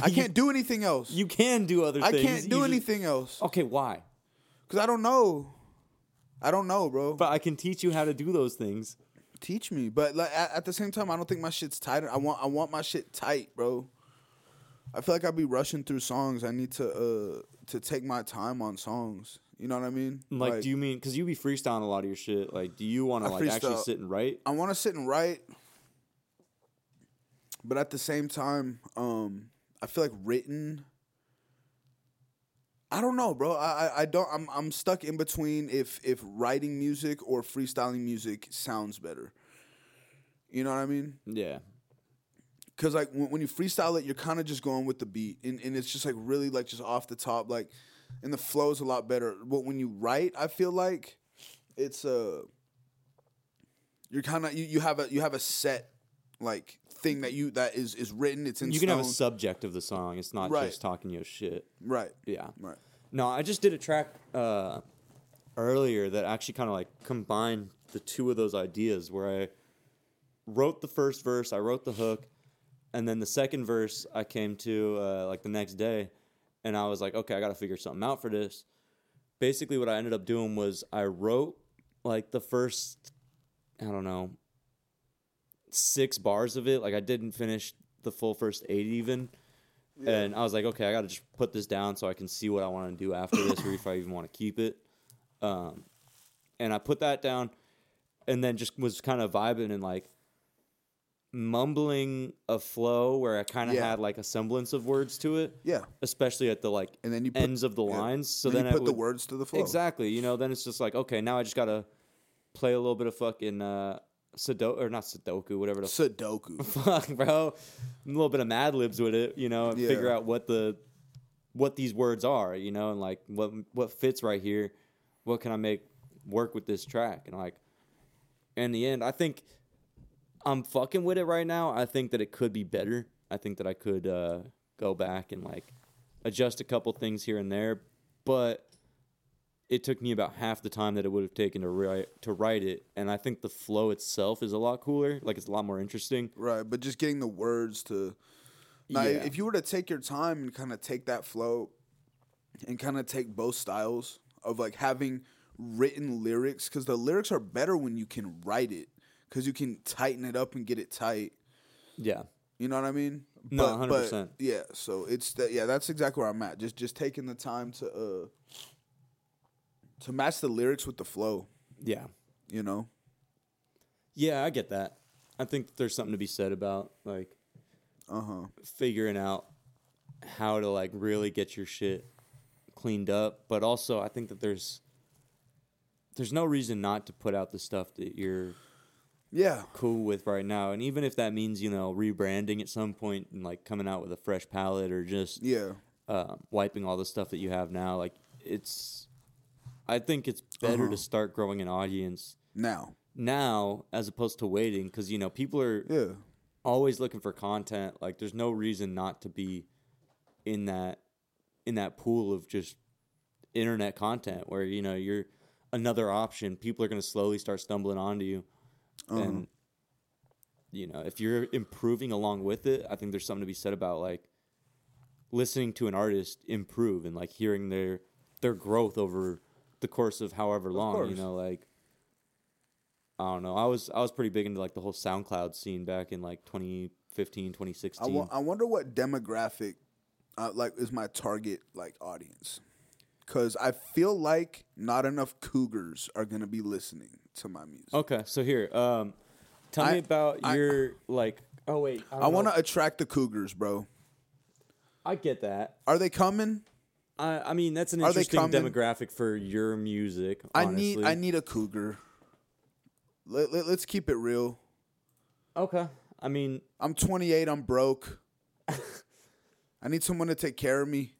[SPEAKER 2] I can't do anything else.
[SPEAKER 1] You can do other
[SPEAKER 2] I
[SPEAKER 1] things.
[SPEAKER 2] can't
[SPEAKER 1] you
[SPEAKER 2] do
[SPEAKER 1] just-
[SPEAKER 2] anything else
[SPEAKER 1] Okay, why?
[SPEAKER 2] because I don't know. I don't know, bro.
[SPEAKER 1] But I can teach you how to do those things.
[SPEAKER 2] Teach me, but like, at, at the same time, I don't think my shit's tight. I want I want my shit tight, bro. I feel like I'd be rushing through songs. I need to uh to take my time on songs. You know what I mean?
[SPEAKER 1] Like, do you mean because you be freestyling a lot of your shit? Like, do you want to
[SPEAKER 2] I
[SPEAKER 1] like actually
[SPEAKER 2] freestyle.
[SPEAKER 1] sit and write?
[SPEAKER 2] I want to sit and write, but at the same time, um, I feel like written. I don't know, bro. I, I I don't. I'm I'm stuck in between if if writing music or freestyling music sounds better. You know what I mean?
[SPEAKER 1] Yeah.
[SPEAKER 2] Cause like when, when you freestyle it, you're kind of just going with the beat, and, and it's just like really like just off the top, like, and the flow is a lot better. But when you write, I feel like it's uh, you're kind of you, you have a you have a set like thing that you that is is written. It's in
[SPEAKER 1] you can have a
[SPEAKER 2] stone.
[SPEAKER 1] subject of the song. It's not
[SPEAKER 2] Right.
[SPEAKER 1] just talking your shit.
[SPEAKER 2] right,
[SPEAKER 1] Yeah.
[SPEAKER 2] right.
[SPEAKER 1] No, I just did a track uh, earlier that actually kind of like combined the two of those ideas where I wrote the first verse, I wrote the hook, and then the second verse I came to uh, like the next day and I was like, okay, I got to figure something out for this. Basically, what I ended up doing was I wrote like the first, I don't know, six bars of it. Like I didn't finish the full first eight even. And I was like, okay, I got to just put this down so I can see what I want to do after this or if I even want to keep it. Um, and I put that down and then just was kind of vibing and like mumbling a flow where I kind of
[SPEAKER 2] Yeah.
[SPEAKER 1] had like a semblance of words to it
[SPEAKER 2] Yeah.
[SPEAKER 1] especially at the like
[SPEAKER 2] And then you put-
[SPEAKER 1] ends of the
[SPEAKER 2] yeah.
[SPEAKER 1] lines. So
[SPEAKER 2] And
[SPEAKER 1] then
[SPEAKER 2] you
[SPEAKER 1] it
[SPEAKER 2] put the
[SPEAKER 1] would-
[SPEAKER 2] words to the flow.
[SPEAKER 1] Exactly. You know, then it's just like okay, now I just gotta play a little bit of fucking uh, Sudoku or not Sudoku, whatever the
[SPEAKER 2] Sudoku.
[SPEAKER 1] fuck, bro. A little bit of Mad Libs with it, you know, and
[SPEAKER 2] Yeah.
[SPEAKER 1] figure out what the what these words are, you know, and like what what fits right here. What can I make work with this track? And like, in the end, I think I'm fucking with it right now. I think that it could be better. I think that I could uh, go back and like adjust a couple things here and there, but it took me about half the time that it would have taken to write to write it, and I think the flow itself is a lot cooler. Like it's a lot more interesting.
[SPEAKER 2] Right, but just getting the words to. Now,
[SPEAKER 1] Yeah.
[SPEAKER 2] if you were to take your time and kind of take that flow, and kind of take both styles of like having written lyrics, because the lyrics are better when you can write it, because you can tighten it up and get it tight.
[SPEAKER 1] Yeah,
[SPEAKER 2] You know what I mean?
[SPEAKER 1] No,
[SPEAKER 2] But- but,
[SPEAKER 1] 100%.
[SPEAKER 2] Yeah, so it's that. Yeah, that's exactly where I'm at. Just just taking the time to uh to match the lyrics with the flow.
[SPEAKER 1] yeah,
[SPEAKER 2] You know.
[SPEAKER 1] yeah. I get that. I think there's something to be said about like
[SPEAKER 2] Uh huh.
[SPEAKER 1] figuring out how to like really get your shit cleaned up but also i think that there's there's no reason not to put out the stuff that you're
[SPEAKER 2] Yeah.
[SPEAKER 1] cool with right now and even if that means you know rebranding at some point and like coming out with a fresh palette or just
[SPEAKER 2] Yeah.
[SPEAKER 1] uh, wiping all the stuff that you have now like it's i think it's better
[SPEAKER 2] Uh-huh.
[SPEAKER 1] to start growing an audience
[SPEAKER 2] Now.
[SPEAKER 1] now as opposed to waiting because you know people are
[SPEAKER 2] Yeah.
[SPEAKER 1] always looking for content. Like there's no reason not to be in that in that pool of just internet content where you know you're another option. People are going to slowly start stumbling onto you, and you know if you're improving along with it, I think there's something to be said about like listening to an artist improve and like hearing their their growth over the course of however long. You
[SPEAKER 2] course.
[SPEAKER 1] know, like I don't know. I was I was pretty big into like the whole SoundCloud scene back in like 2015, 2016.
[SPEAKER 2] I, wo- I wonder what demographic uh, like is my target like audience because i feel like not enough cougars are going to be listening to my music
[SPEAKER 1] okay, so here, um, tell
[SPEAKER 2] I-
[SPEAKER 1] me about
[SPEAKER 2] I-
[SPEAKER 1] your like. Oh wait,
[SPEAKER 2] i want to attract the cougars bro
[SPEAKER 1] I get that.
[SPEAKER 2] are they coming
[SPEAKER 1] I I mean that's an
[SPEAKER 2] Are they
[SPEAKER 1] interesting
[SPEAKER 2] coming?
[SPEAKER 1] demographic for your music.
[SPEAKER 2] i need i need a cougar let, let, let's keep it real
[SPEAKER 1] Okay, I mean
[SPEAKER 2] i'm 28 i'm broke i need someone to take care of me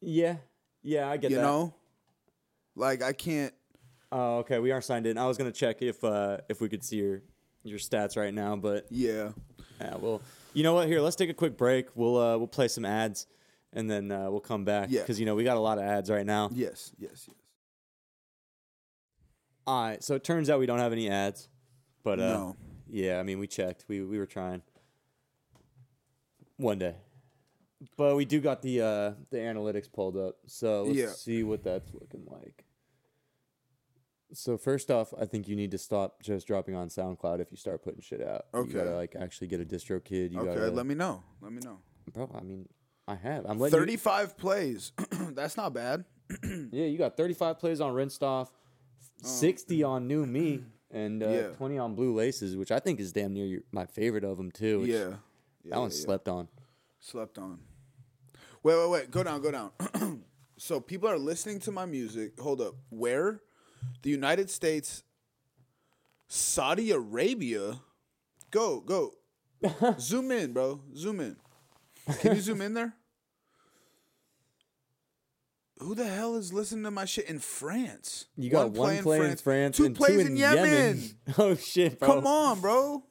[SPEAKER 1] yeah, yeah, I get
[SPEAKER 2] you
[SPEAKER 1] that.
[SPEAKER 2] know like i can't
[SPEAKER 1] Oh, okay. We are signed in. I was gonna check if uh, if we could see your your stats right now, but
[SPEAKER 2] yeah
[SPEAKER 1] yeah, well, you know what? Here, let's take a quick break. We'll uh, we'll play some ads, and then uh, we'll come back
[SPEAKER 2] Yeah.
[SPEAKER 1] because you know we got a lot of ads right now.
[SPEAKER 2] yes yes yes
[SPEAKER 1] All right. So it turns out we don't have any ads, but uh,
[SPEAKER 2] no
[SPEAKER 1] yeah, I mean we checked. We we were trying one day, but we do got the uh, the analytics pulled up. So let's
[SPEAKER 2] Yeah.
[SPEAKER 1] see what that's looking like. So first off, I think you need to stop just dropping on SoundCloud if you start putting shit out.
[SPEAKER 2] Okay.
[SPEAKER 1] You gotta like actually get a distro kid. You
[SPEAKER 2] okay
[SPEAKER 1] gotta
[SPEAKER 2] let me know let me know
[SPEAKER 1] bro. I mean, I have. I'm letting you-
[SPEAKER 2] 35 plays. That's not bad.
[SPEAKER 1] Yeah, you got 35 plays on Rinstoff, 60 on New Me, and uh,
[SPEAKER 2] Oh. Yeah.
[SPEAKER 1] 20 on Blue Laces, which I think is damn near your, my favorite of them too. which
[SPEAKER 2] yeah. Yeah,
[SPEAKER 1] that one
[SPEAKER 2] yeah.
[SPEAKER 1] slept on.
[SPEAKER 2] slept on. Wait, wait, wait. Go down, go down. so people are listening to my music. Hold up. Where? The United States, Saudi Arabia. Go, go. zoom in, bro. Zoom in. Can you zoom in there? Who the hell is listening to my shit in France?
[SPEAKER 1] You got one play, in, France,
[SPEAKER 2] two
[SPEAKER 1] and
[SPEAKER 2] plays
[SPEAKER 1] two in, Yemen. oh shit, bro!
[SPEAKER 2] Come on, bro.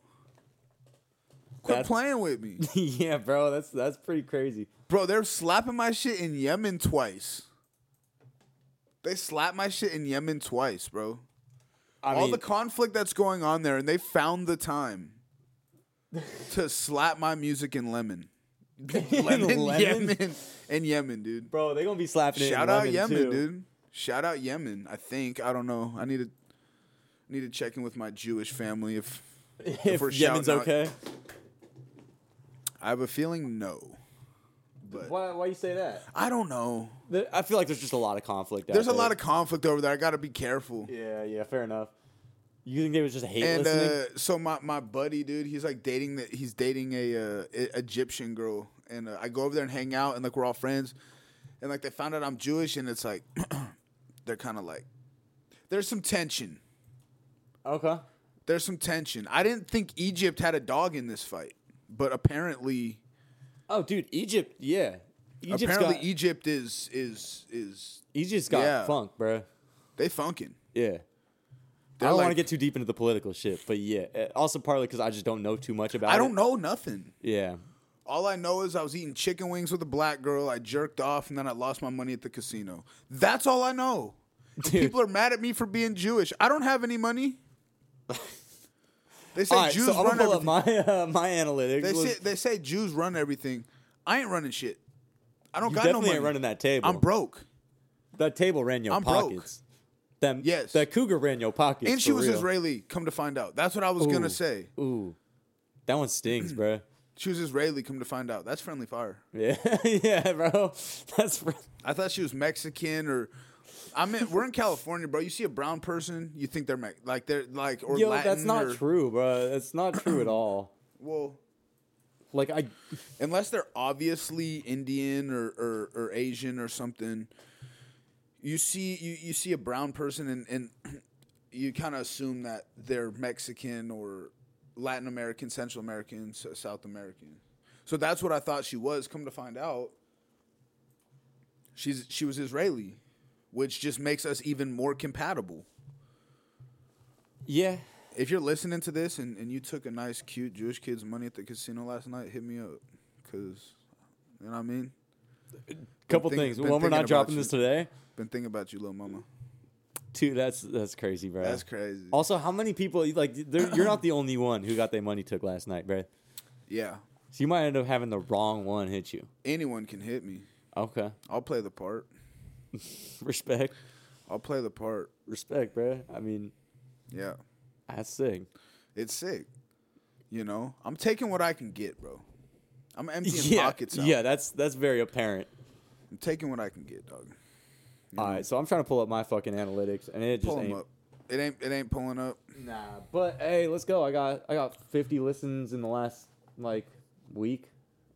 [SPEAKER 2] Quit
[SPEAKER 1] That's-
[SPEAKER 2] playing with me.
[SPEAKER 1] yeah, bro, that's that's pretty crazy.
[SPEAKER 2] Bro, they're slapping my shit in Yemen twice. They slapped my shit in Yemen twice, bro.
[SPEAKER 1] I
[SPEAKER 2] All
[SPEAKER 1] mean,
[SPEAKER 2] the conflict that's going on there, and they found the time to slap my music in lemon.
[SPEAKER 1] lemon,
[SPEAKER 2] Yemen, in Yemen, dude.
[SPEAKER 1] bro, they gonna be slapping it.
[SPEAKER 2] Shout
[SPEAKER 1] in
[SPEAKER 2] out
[SPEAKER 1] lemon,
[SPEAKER 2] Yemen,
[SPEAKER 1] too.
[SPEAKER 2] dude. Shout out Yemen. I think I don't know. I need to need to check in with my Jewish family if
[SPEAKER 1] If,
[SPEAKER 2] we're
[SPEAKER 1] Yemen's
[SPEAKER 2] shouting out-
[SPEAKER 1] okay,
[SPEAKER 2] I have a feeling no. But
[SPEAKER 1] why why you say that?
[SPEAKER 2] I don't know.
[SPEAKER 1] There- I feel like there's just a lot of conflict.
[SPEAKER 2] There's a lot of conflict over there. I got to be careful.
[SPEAKER 1] yeah, yeah, fair enough. You think it was just hate
[SPEAKER 2] and
[SPEAKER 1] listening?
[SPEAKER 2] uh, so my, my buddy dude he's like dating that he's dating a uh, E- egyptian girl and uh, i go over there and hang out and like we're all friends and like they found out i'm jewish and it's like they're kind of like there's some tension uh,
[SPEAKER 1] okay,
[SPEAKER 2] there's some tension i didn't think egypt had a dog in this fight but apparently
[SPEAKER 1] Oh, dude, Egypt, yeah. Egypt's
[SPEAKER 2] apparently
[SPEAKER 1] got,
[SPEAKER 2] egypt is is is
[SPEAKER 1] Egypt's got
[SPEAKER 2] yeah.
[SPEAKER 1] funk, bro.
[SPEAKER 2] they funkin
[SPEAKER 1] Yeah.
[SPEAKER 2] They're
[SPEAKER 1] I don't want to
[SPEAKER 2] like-
[SPEAKER 1] get too deep into the political shit, but yeah. Uh, Also, partly because I just don't know too much about it.
[SPEAKER 2] i don't know nothing
[SPEAKER 1] Yeah.
[SPEAKER 2] All I know is I was eating chicken wings with a black girl. I jerked off, and then I lost my money at the casino. That's all I know. And
[SPEAKER 1] Dude.
[SPEAKER 2] People are mad at me for being Jewish. I don't have any money. They say
[SPEAKER 1] All right,
[SPEAKER 2] Jews
[SPEAKER 1] so I'm
[SPEAKER 2] run
[SPEAKER 1] gonna pull up
[SPEAKER 2] everything.
[SPEAKER 1] my uh, my analytics.
[SPEAKER 2] They
[SPEAKER 1] Let's-
[SPEAKER 2] say, they say Jews run everything. I ain't running shit. I don't
[SPEAKER 1] you
[SPEAKER 2] got no
[SPEAKER 1] definitely
[SPEAKER 2] money.
[SPEAKER 1] ain't running that table.
[SPEAKER 2] I'm broke.
[SPEAKER 1] That table ran your
[SPEAKER 2] I'm broke.
[SPEAKER 1] pockets. Them,
[SPEAKER 2] Yes.
[SPEAKER 1] That cougar ran your pockets.
[SPEAKER 2] And she
[SPEAKER 1] for
[SPEAKER 2] was
[SPEAKER 1] real.
[SPEAKER 2] Israeli. Come to find out, that's what I was gonna
[SPEAKER 1] Ooh.
[SPEAKER 2] say.
[SPEAKER 1] Ooh, that one stings, bro.
[SPEAKER 2] She was Israeli. Come to find out, that's friendly fire.
[SPEAKER 1] Yeah, yeah, bro. That's fr-
[SPEAKER 2] I thought she was Mexican or I mean we're in California, bro. You see a brown person, you think they're me- like they're like or
[SPEAKER 1] yo.
[SPEAKER 2] Latin
[SPEAKER 1] that's not
[SPEAKER 2] or-
[SPEAKER 1] true, bro. That's not true at all.
[SPEAKER 2] Well,
[SPEAKER 1] Like I,
[SPEAKER 2] unless they're obviously Indian or, or, or Asian or something. You see you, you see a brown person and, and you kind of assume that they're Mexican or Latin American, Central American, S- South American. So that's what I thought she was. Come to find out, she's she was Israeli, which just makes us even more compatible.
[SPEAKER 1] yeah.
[SPEAKER 2] If you're listening to this and, and you took a nice, cute Jewish kid's money at the casino last night, hit me up. Because, you know what I mean?
[SPEAKER 1] Couple
[SPEAKER 2] thinking-
[SPEAKER 1] things.
[SPEAKER 2] been
[SPEAKER 1] One, we're
[SPEAKER 2] thinking
[SPEAKER 1] not
[SPEAKER 2] about
[SPEAKER 1] dropping
[SPEAKER 2] you.
[SPEAKER 1] this today.
[SPEAKER 2] Been thinking about you, little mama.
[SPEAKER 1] Two. That's that's crazy, bro.
[SPEAKER 2] That's crazy.
[SPEAKER 1] Also, how many people like they're- you're not the only one who got their money took last night, bro.
[SPEAKER 2] Yeah.
[SPEAKER 1] So you might end up having the wrong one hit you.
[SPEAKER 2] Anyone can hit me.
[SPEAKER 1] Okay,
[SPEAKER 2] I'll play the part.
[SPEAKER 1] respect,
[SPEAKER 2] I'll play the part.
[SPEAKER 1] respect, bro. I mean,
[SPEAKER 2] Yeah.
[SPEAKER 1] that's sick.
[SPEAKER 2] It's sick. You know? I'm taking what I can get, bro. I'm emptying
[SPEAKER 1] yeah,
[SPEAKER 2] pockets out.
[SPEAKER 1] yeah. That's that's very apparent.
[SPEAKER 2] I'm taking what I can get, dog.
[SPEAKER 1] All right, so I'm trying to pull up my fucking analytics, and it just
[SPEAKER 2] Pull them
[SPEAKER 1] ain't.
[SPEAKER 2] up. It ain't, it ain't pulling up.
[SPEAKER 1] Nah, but hey, let's go. I got I got 50 listens in the last like week.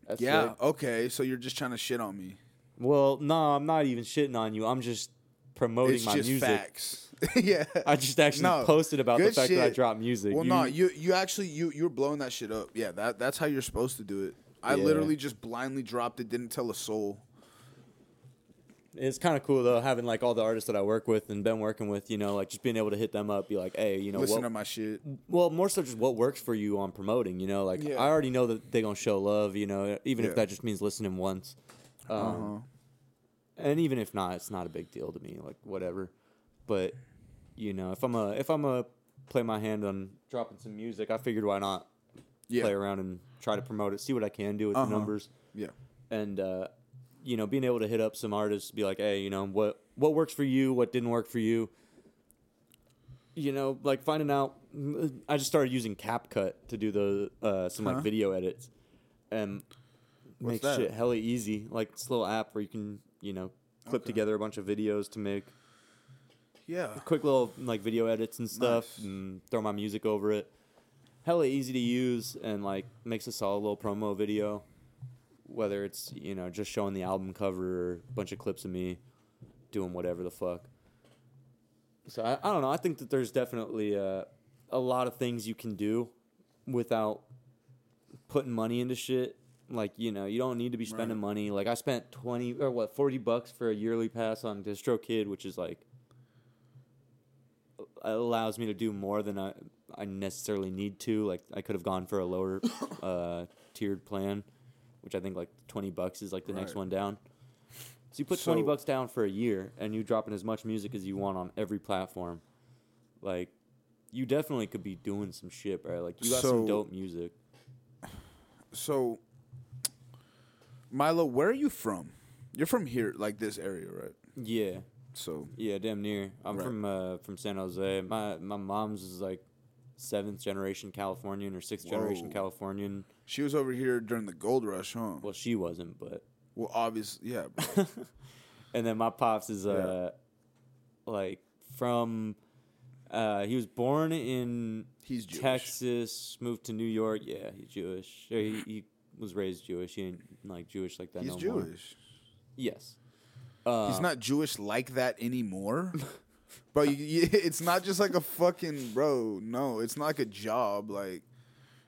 [SPEAKER 1] That's
[SPEAKER 2] Yeah.
[SPEAKER 1] sick.
[SPEAKER 2] Okay. So you're just trying to shit on me.
[SPEAKER 1] Well, no, I'm not even shitting on you. I'm just promoting
[SPEAKER 2] It's
[SPEAKER 1] my
[SPEAKER 2] just
[SPEAKER 1] music.
[SPEAKER 2] facts. yeah.
[SPEAKER 1] I just actually
[SPEAKER 2] No,
[SPEAKER 1] posted about the
[SPEAKER 2] good
[SPEAKER 1] fact that I
[SPEAKER 2] shit.
[SPEAKER 1] dropped music.
[SPEAKER 2] Well,
[SPEAKER 1] You-
[SPEAKER 2] no, you you actually you you're blowing that shit up. Yeah, that that's how you're supposed to do it. I
[SPEAKER 1] Yeah.
[SPEAKER 2] literally just blindly dropped it, didn't tell a soul.
[SPEAKER 1] It's kind of cool though, having like all the artists that I work with and been working with. You know, like just being able to hit them up, be like, hey, you know,
[SPEAKER 2] Listen
[SPEAKER 1] what, Mm-hmm.
[SPEAKER 2] to my shit.
[SPEAKER 1] well, more so just what works for you on promoting. You know, like
[SPEAKER 2] Yeah.
[SPEAKER 1] I already know that they're gonna show love. You know, even
[SPEAKER 2] Yeah. Uh-huh.
[SPEAKER 1] if that just means listening once, um, and even if not, it's not a big deal to me. Like whatever, but you know, if I'm a if I'm a play my hand on dropping some music, I figured why not
[SPEAKER 2] Yeah.
[SPEAKER 1] play around and try to promote it, see what I can do with
[SPEAKER 2] Uh-huh.
[SPEAKER 1] the numbers
[SPEAKER 2] Yeah.
[SPEAKER 1] and uh, you know being able to hit up some artists be like hey you know what what works for you what didn't work for you you know like finding out i just started using capcut to do the uh, some
[SPEAKER 2] Huh?
[SPEAKER 1] like video edits and
[SPEAKER 2] What's
[SPEAKER 1] makes
[SPEAKER 2] that?
[SPEAKER 1] shit hella easy like this little app where you can you know clip
[SPEAKER 2] Okay.
[SPEAKER 1] together a bunch of videos to make
[SPEAKER 2] Yeah.
[SPEAKER 1] quick little like video edits and stuff
[SPEAKER 2] Nice.
[SPEAKER 1] and throw my music over it hella easy to use and like makes a solid little promo video whether it's you know just showing the album cover or a bunch of clips of me doing whatever the fuck so i, I don't know i think that there's definitely uh, a lot of things you can do without putting money into shit like you know you don't need to be spending
[SPEAKER 2] Right.
[SPEAKER 1] money like i spent 20 or what 40 bucks for a yearly pass on distrokid which is like allows me to do more than I, I necessarily need to. Like I could have gone for a lower uh, tiered plan, which I think like twenty bucks is like the next
[SPEAKER 2] Right.
[SPEAKER 1] one down. So you put twenty
[SPEAKER 2] So-
[SPEAKER 1] bucks down for a year, and you dropping as much music as you want on every platform. Like, you definitely could be doing some shit, bro. Like, you got some
[SPEAKER 2] So-
[SPEAKER 1] dope music.
[SPEAKER 2] So, Milo, where are you from? You're from here, like this area, right?
[SPEAKER 1] Yeah,
[SPEAKER 2] So,
[SPEAKER 1] yeah, damn near. I'm
[SPEAKER 2] Right.
[SPEAKER 1] from uh, from San Jose. My my mom's is like seventh generation Californian or sixth generation
[SPEAKER 2] Whoa.
[SPEAKER 1] Californian.
[SPEAKER 2] she was over here during the gold rush, huh?
[SPEAKER 1] Well, she wasn't, but
[SPEAKER 2] Well, obviously, yeah. bro.
[SPEAKER 1] and then my pops is uh like from uh he was born in
[SPEAKER 2] He's Jewish.
[SPEAKER 1] Texas, moved to New York. Yeah, he's Jewish. Or he, he was raised Jewish. He ain't like Jewish like that.
[SPEAKER 2] He's
[SPEAKER 1] no more.
[SPEAKER 2] Jewish.
[SPEAKER 1] Yes. Uh,
[SPEAKER 2] He's not Jewish like that anymore. bro, you, you, it's not just like a fucking bro. No, it's not like a job. Like,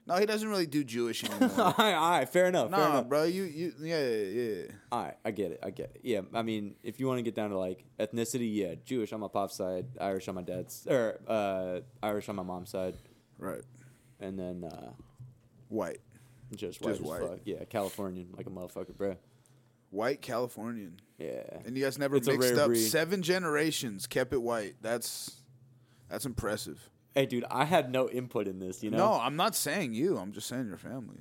[SPEAKER 2] no, he doesn't really do Jewish
[SPEAKER 1] all
[SPEAKER 2] anymore.
[SPEAKER 1] right, all right, fair enough. fair
[SPEAKER 2] nah,
[SPEAKER 1] enough.
[SPEAKER 2] bro, you, you, yeah, yeah. yeah.
[SPEAKER 1] All right, I get it. I get it. Yeah, I mean, if you want to get down to like ethnicity, yeah, Jewish on my pop's side, Irish on my dad's, or uh, Irish on my mom's side,
[SPEAKER 2] Right,
[SPEAKER 1] and then uh,
[SPEAKER 2] white,
[SPEAKER 1] just white
[SPEAKER 2] Just
[SPEAKER 1] as
[SPEAKER 2] white.
[SPEAKER 1] fuck. Yeah, Californian like a motherfucker, bro.
[SPEAKER 2] white Californian.
[SPEAKER 1] Yeah.
[SPEAKER 2] And you guys never
[SPEAKER 1] It's a
[SPEAKER 2] mixed
[SPEAKER 1] rare
[SPEAKER 2] up.
[SPEAKER 1] breed.
[SPEAKER 2] Seven generations kept it white. That's that's impressive.
[SPEAKER 1] Hey, dude, I had no input in this, you know?
[SPEAKER 2] No, I'm not saying you. I'm just saying your family.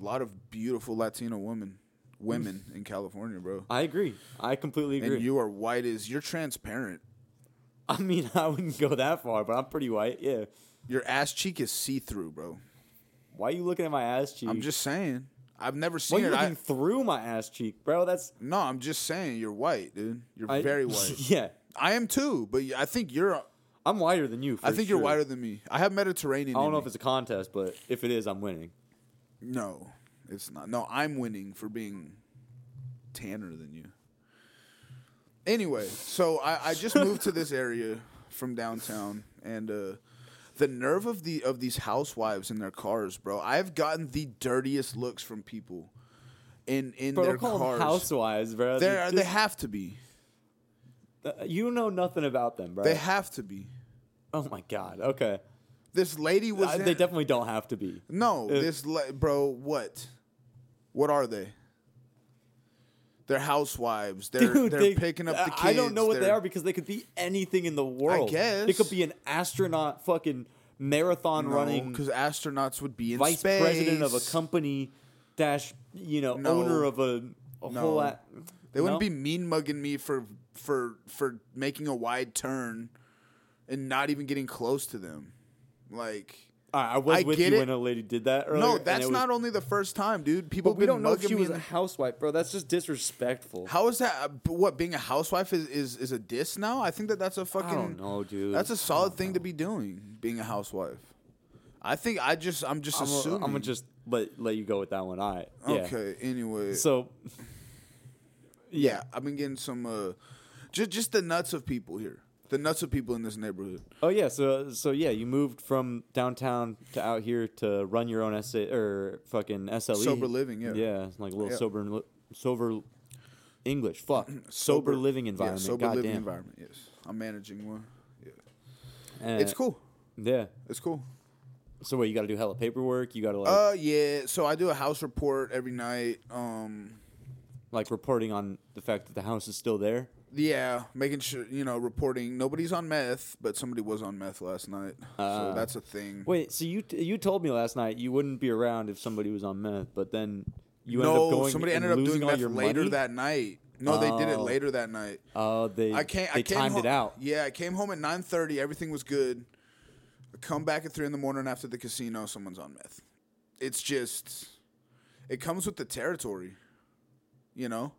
[SPEAKER 2] A lot of beautiful Latino women, women in California, bro.
[SPEAKER 1] I agree. I completely agree.
[SPEAKER 2] And you are white as you're transparent.
[SPEAKER 1] I mean, I wouldn't go that far, but I'm pretty white. Yeah.
[SPEAKER 2] Your ass cheek is see through, bro.
[SPEAKER 1] Why are you looking at my ass cheek?
[SPEAKER 2] I'm just saying. I've never
[SPEAKER 1] Why are
[SPEAKER 2] seen
[SPEAKER 1] you
[SPEAKER 2] it.
[SPEAKER 1] looking
[SPEAKER 2] I,
[SPEAKER 1] through my ass cheek, bro? That's
[SPEAKER 2] no, I'm just saying you're white, dude. You're
[SPEAKER 1] I-
[SPEAKER 2] very white.
[SPEAKER 1] yeah.
[SPEAKER 2] I am too, but I think you're.
[SPEAKER 1] I'm whiter than you.
[SPEAKER 2] I think you're
[SPEAKER 1] whiter.
[SPEAKER 2] whiter than me. I have Mediterranean.
[SPEAKER 1] I
[SPEAKER 2] in
[SPEAKER 1] don't know
[SPEAKER 2] me.
[SPEAKER 1] if it's a contest, but if it is, I'm winning.
[SPEAKER 2] No, it's not. No, I'm winning for being tanner than you. Anyway, so I, I just moved to this area from downtown, and uh, the nerve of the of these housewives in their cars, bro. I've gotten the dirtiest looks from people in in
[SPEAKER 1] Bro,
[SPEAKER 2] their
[SPEAKER 1] don't call them
[SPEAKER 2] cars.
[SPEAKER 1] housewives, bro.
[SPEAKER 2] They are-
[SPEAKER 1] They're
[SPEAKER 2] they
[SPEAKER 1] just-
[SPEAKER 2] have to be.
[SPEAKER 1] uh, you know nothing about them, bro.
[SPEAKER 2] They have to be.
[SPEAKER 1] oh my god. Okay.
[SPEAKER 2] This lady was.
[SPEAKER 1] I-
[SPEAKER 2] in,
[SPEAKER 1] they definitely don't have to be.
[SPEAKER 2] No,
[SPEAKER 1] Uh,
[SPEAKER 2] this le- bro, what? What are they? They're housewives. They're
[SPEAKER 1] Dude,
[SPEAKER 2] they're
[SPEAKER 1] they-
[SPEAKER 2] picking up the kids.
[SPEAKER 1] I don't know what they
[SPEAKER 2] They're-
[SPEAKER 1] are because they could be anything in the world.
[SPEAKER 2] guess.
[SPEAKER 1] They could be an astronaut, fucking marathon running,
[SPEAKER 2] because astronauts would be in
[SPEAKER 1] vice
[SPEAKER 2] space.
[SPEAKER 1] president of a company, dash, you know,
[SPEAKER 2] No.
[SPEAKER 1] owner of a, a
[SPEAKER 2] No.
[SPEAKER 1] whole. A-
[SPEAKER 2] They wouldn't
[SPEAKER 1] No?
[SPEAKER 2] be mean mugging me for for for making a wide turn and not even getting close to them. Like
[SPEAKER 1] All right, I was
[SPEAKER 2] I
[SPEAKER 1] with
[SPEAKER 2] get
[SPEAKER 1] you
[SPEAKER 2] it.
[SPEAKER 1] when a lady did that earlier.
[SPEAKER 2] no,
[SPEAKER 1] and it
[SPEAKER 2] that's
[SPEAKER 1] was-
[SPEAKER 2] not only the first time, dude. People
[SPEAKER 1] But
[SPEAKER 2] have
[SPEAKER 1] we
[SPEAKER 2] been
[SPEAKER 1] don't know if
[SPEAKER 2] mugging
[SPEAKER 1] she
[SPEAKER 2] me.
[SPEAKER 1] was
[SPEAKER 2] in
[SPEAKER 1] a
[SPEAKER 2] the-
[SPEAKER 1] housewife, bro. That's just disrespectful.
[SPEAKER 2] How is that? uh, but What being a housewife is, is is a diss now? I think that that's a fucking.
[SPEAKER 1] I don't know, dude.
[SPEAKER 2] That's a solid thing to be doing, being a housewife. I think I just I'm just
[SPEAKER 1] I'm
[SPEAKER 2] assuming.
[SPEAKER 1] gonna just let let you go with that one. All right. Yeah.
[SPEAKER 2] okay. Anyway,
[SPEAKER 1] So
[SPEAKER 2] yeah, I've been getting some uh, just just the nuts of people here, the nuts of people in this neighborhood.
[SPEAKER 1] Oh yeah, so so yeah, you moved from downtown to out here to run your own SA or fucking SLE.
[SPEAKER 2] Sober living, yeah.
[SPEAKER 1] Yeah, it's like a little
[SPEAKER 2] Yeah.
[SPEAKER 1] sober, li- sober English. Fuck, sober, living environment.
[SPEAKER 2] Yeah, sober
[SPEAKER 1] Goddamn,
[SPEAKER 2] living environment. Yes, I'm managing one. Yeah.
[SPEAKER 1] Uh,
[SPEAKER 2] It's cool.
[SPEAKER 1] Yeah.
[SPEAKER 2] It's cool.
[SPEAKER 1] So what? You got to do hella paperwork. You got to like
[SPEAKER 2] Uh, yeah. So I do a house report every night. Um,
[SPEAKER 1] like reporting on the fact that the house is still there.
[SPEAKER 2] Yeah, making sure you know reporting. Nobody's on meth, but somebody was on meth last night, so
[SPEAKER 1] Ah.
[SPEAKER 2] that's a thing.
[SPEAKER 1] Wait, so you t- you told me last night you wouldn't be around if somebody was on meth, but then you ended
[SPEAKER 2] no,
[SPEAKER 1] up going
[SPEAKER 2] somebody
[SPEAKER 1] and
[SPEAKER 2] ended up
[SPEAKER 1] losing
[SPEAKER 2] doing
[SPEAKER 1] all
[SPEAKER 2] meth
[SPEAKER 1] your
[SPEAKER 2] later
[SPEAKER 1] money?
[SPEAKER 2] that night. No, they did it
[SPEAKER 1] Oh.
[SPEAKER 2] later that night.
[SPEAKER 1] Oh, they
[SPEAKER 2] I can't.
[SPEAKER 1] they
[SPEAKER 2] I came
[SPEAKER 1] timed
[SPEAKER 2] ho-
[SPEAKER 1] it out.
[SPEAKER 2] Yeah, I came home at nine thirty. Everything was good. I come back at three in the morning after the casino. Someone's on meth. It's just, it comes with the territory, you know.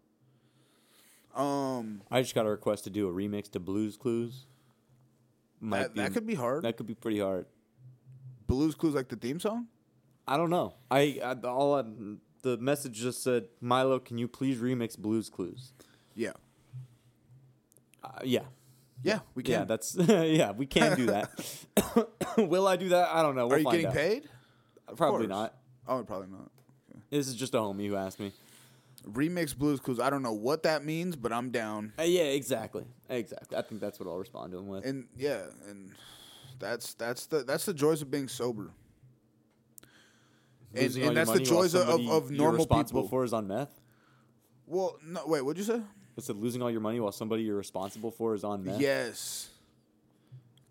[SPEAKER 2] Um,
[SPEAKER 1] I just got a request to do a remix to Blues Clues. Might
[SPEAKER 2] that, that could be hard.
[SPEAKER 1] that could be pretty hard.
[SPEAKER 2] Blues Clues like the theme song.
[SPEAKER 1] I don't know. I, I all I, the message just said, Milo, can you please remix Blues Clues?
[SPEAKER 2] Yeah,
[SPEAKER 1] Uh, yeah,
[SPEAKER 2] yeah, we can.
[SPEAKER 1] yeah, that's yeah, we can do that. Will I do that? I don't know. We'll
[SPEAKER 2] Are you
[SPEAKER 1] find
[SPEAKER 2] getting
[SPEAKER 1] out.
[SPEAKER 2] paid?
[SPEAKER 1] Probably
[SPEAKER 2] course.
[SPEAKER 1] not.
[SPEAKER 2] Oh, probably not.
[SPEAKER 1] This is just a homie who asked me.
[SPEAKER 2] Remix Blues Clues. I don't know what that means, but I'm down.
[SPEAKER 1] Uh, yeah, exactly, exactly. I think that's what I'll respond to him with.
[SPEAKER 2] And yeah, and that's that's the that's the joys of being sober. And,
[SPEAKER 1] Losing all
[SPEAKER 2] and
[SPEAKER 1] your
[SPEAKER 2] that's the
[SPEAKER 1] money while
[SPEAKER 2] joys of,
[SPEAKER 1] somebody
[SPEAKER 2] of
[SPEAKER 1] you're
[SPEAKER 2] normal
[SPEAKER 1] responsible
[SPEAKER 2] people.
[SPEAKER 1] for is on meth.
[SPEAKER 2] Well, no, wait, what'd you say?
[SPEAKER 1] It said losing all your money while somebody you're responsible for is on meth.
[SPEAKER 2] Yes.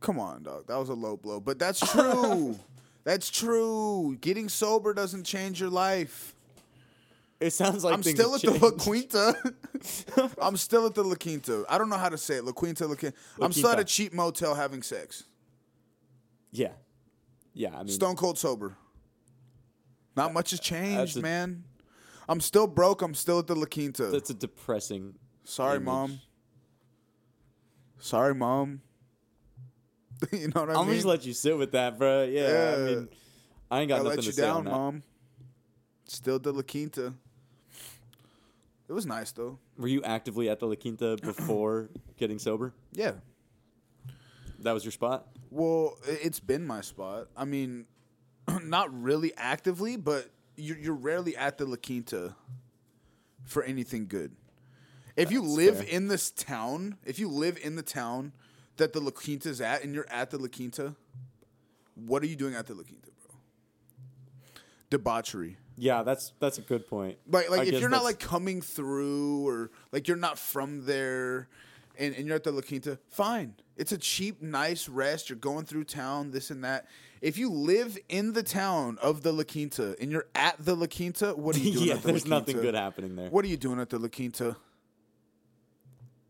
[SPEAKER 2] Come on, dog. That was a low blow, but that's true. that's true. Getting sober doesn't change your life.
[SPEAKER 1] It sounds like
[SPEAKER 2] I'm
[SPEAKER 1] things
[SPEAKER 2] still at
[SPEAKER 1] have
[SPEAKER 2] the La
[SPEAKER 1] changed.
[SPEAKER 2] Quinta. I'm still at the La Quinta. I don't know how to say it. La Quinta, La Quinta.
[SPEAKER 1] La
[SPEAKER 2] I'm still at a
[SPEAKER 1] Quinta.
[SPEAKER 2] cheap motel having sex.
[SPEAKER 1] Yeah, yeah. I mean,
[SPEAKER 2] Stone cold sober. Not much has changed,
[SPEAKER 1] Hmm. a-
[SPEAKER 2] man. I'm still broke. I'm still at the La Quinta.
[SPEAKER 1] that's a depressing.
[SPEAKER 2] Sorry,
[SPEAKER 1] image.
[SPEAKER 2] mom. Sorry, mom. you know what I
[SPEAKER 1] I'm
[SPEAKER 2] mean?
[SPEAKER 1] gonna just let you sit with that, bro. Yeah, I
[SPEAKER 2] Yeah.
[SPEAKER 1] mean, I ain't got
[SPEAKER 2] I
[SPEAKER 1] nothing
[SPEAKER 2] let
[SPEAKER 1] to
[SPEAKER 2] you
[SPEAKER 1] say on
[SPEAKER 2] down,
[SPEAKER 1] that.
[SPEAKER 2] mom. Still the La Quinta. It was nice though.
[SPEAKER 1] Were you actively at the La Quinta before getting sober?
[SPEAKER 2] Yeah.
[SPEAKER 1] That was your spot.
[SPEAKER 2] Well, i- it's been my spot. I mean, not really actively, but you're, you're rarely at the La Quinta for anything good. If you live
[SPEAKER 1] fair.
[SPEAKER 2] in this town, if you live in the town that the La Quinta's at and you're at the La Quinta, what are you doing at the La Quinta, bro? Debauchery.
[SPEAKER 1] Yeah, that's that's a good point.
[SPEAKER 2] Like, like
[SPEAKER 1] I
[SPEAKER 2] if
[SPEAKER 1] guess
[SPEAKER 2] you're not
[SPEAKER 1] that's-
[SPEAKER 2] like coming through or like you're not from there and, and you're at the La Quinta, fine. It's a cheap, nice rest. You're going through town, this and that. If you live in the town of the La Quinta and you're at the La Quinta, what are you doing
[SPEAKER 1] yeah,
[SPEAKER 2] at the La
[SPEAKER 1] there's
[SPEAKER 2] Quinta?
[SPEAKER 1] nothing good happening there.
[SPEAKER 2] What are you doing at the La Quinta?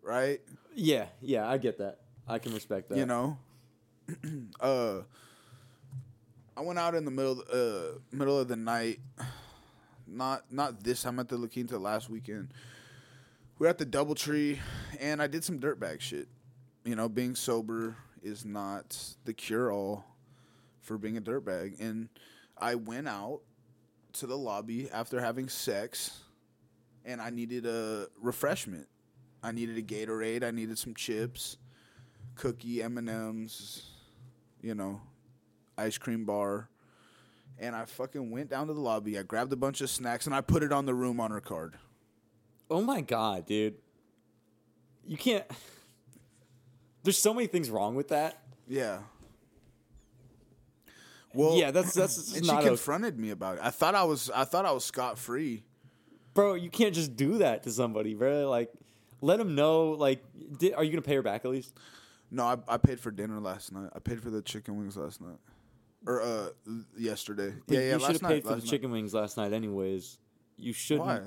[SPEAKER 2] Right?
[SPEAKER 1] Yeah, yeah, I get that. I can respect that.
[SPEAKER 2] You know? uh I went out in the middle uh middle of the night. Not not this time at the La Quinta last weekend. We were at the Doubletree and I did some dirtbag shit. You know, being sober is not the cure all for being a dirtbag. And I went out to the lobby after having sex and I needed a refreshment. I needed a Gatorade, I needed some chips cookie m&ms you know ice cream bar and i fucking went down to the lobby i grabbed a bunch of snacks and i put it on the room on her card
[SPEAKER 1] Oh my god, dude. You can't. There's so many things wrong with that.
[SPEAKER 2] yeah well
[SPEAKER 1] yeah, that's that's just
[SPEAKER 2] and she
[SPEAKER 1] not okay.
[SPEAKER 2] confronted me about it i thought i was i thought i was scot-free
[SPEAKER 1] bro. You can't just do that to somebody, bro. Like, let them know. Like, di are you gonna pay her back at least?
[SPEAKER 2] no I, I paid for dinner last night i paid for the chicken wings last night or uh yesterday
[SPEAKER 1] But
[SPEAKER 2] yeah yeah
[SPEAKER 1] you should
[SPEAKER 2] last
[SPEAKER 1] have
[SPEAKER 2] night
[SPEAKER 1] paid for
[SPEAKER 2] last
[SPEAKER 1] the
[SPEAKER 2] night.
[SPEAKER 1] chicken wings last night, anyways. You
[SPEAKER 2] why
[SPEAKER 1] shouldn't,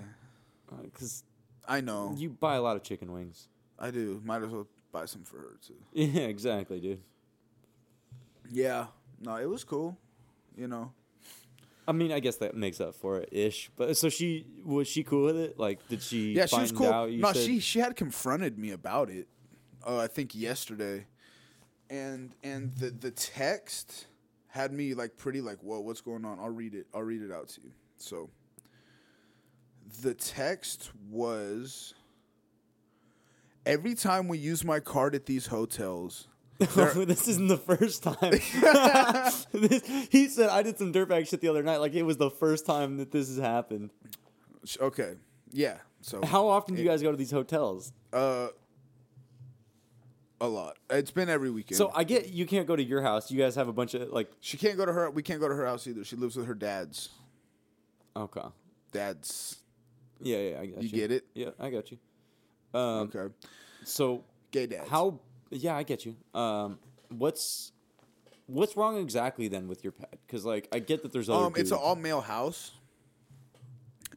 [SPEAKER 1] because
[SPEAKER 2] i know
[SPEAKER 1] you buy a lot of chicken wings.
[SPEAKER 2] i do might as well buy some for her too
[SPEAKER 1] Yeah, exactly, dude.
[SPEAKER 2] yeah no it was cool you know
[SPEAKER 1] I mean, I guess that makes up for it ish. But so she was she cool with it? Like, did she?
[SPEAKER 2] Yeah, she
[SPEAKER 1] find
[SPEAKER 2] was cool.
[SPEAKER 1] Out you
[SPEAKER 2] no,
[SPEAKER 1] said-
[SPEAKER 2] she she had confronted me about it. Uh, I think yesterday, and and the the text had me like pretty like whoa, what's going on? I'll read it. I'll read it out to you. So the text was every time we use my card at these hotels. there-
[SPEAKER 1] this isn't the first time. This- he said, "I did some dirtbag shit the other night. Like it was the first time that this has happened."
[SPEAKER 2] Okay, yeah. So
[SPEAKER 1] How often do you guys go to these hotels?
[SPEAKER 2] uh, a lot. It's been every weekend.
[SPEAKER 1] So I get you can't go to your house. You guys have a bunch of like
[SPEAKER 2] she can't go to her. We can't go to her house either. She lives with her dad's.
[SPEAKER 1] okay,
[SPEAKER 2] Dad's.
[SPEAKER 1] yeah, yeah, I got you.
[SPEAKER 2] You get it?
[SPEAKER 1] Yeah, I got you. Um,
[SPEAKER 2] Okay.
[SPEAKER 1] so
[SPEAKER 2] Gay dads.
[SPEAKER 1] how? Yeah, I get you. Um, what's what's wrong exactly then with your pet? Because like I get that there's other.
[SPEAKER 2] Um, it's an
[SPEAKER 1] dudes.
[SPEAKER 2] all male house,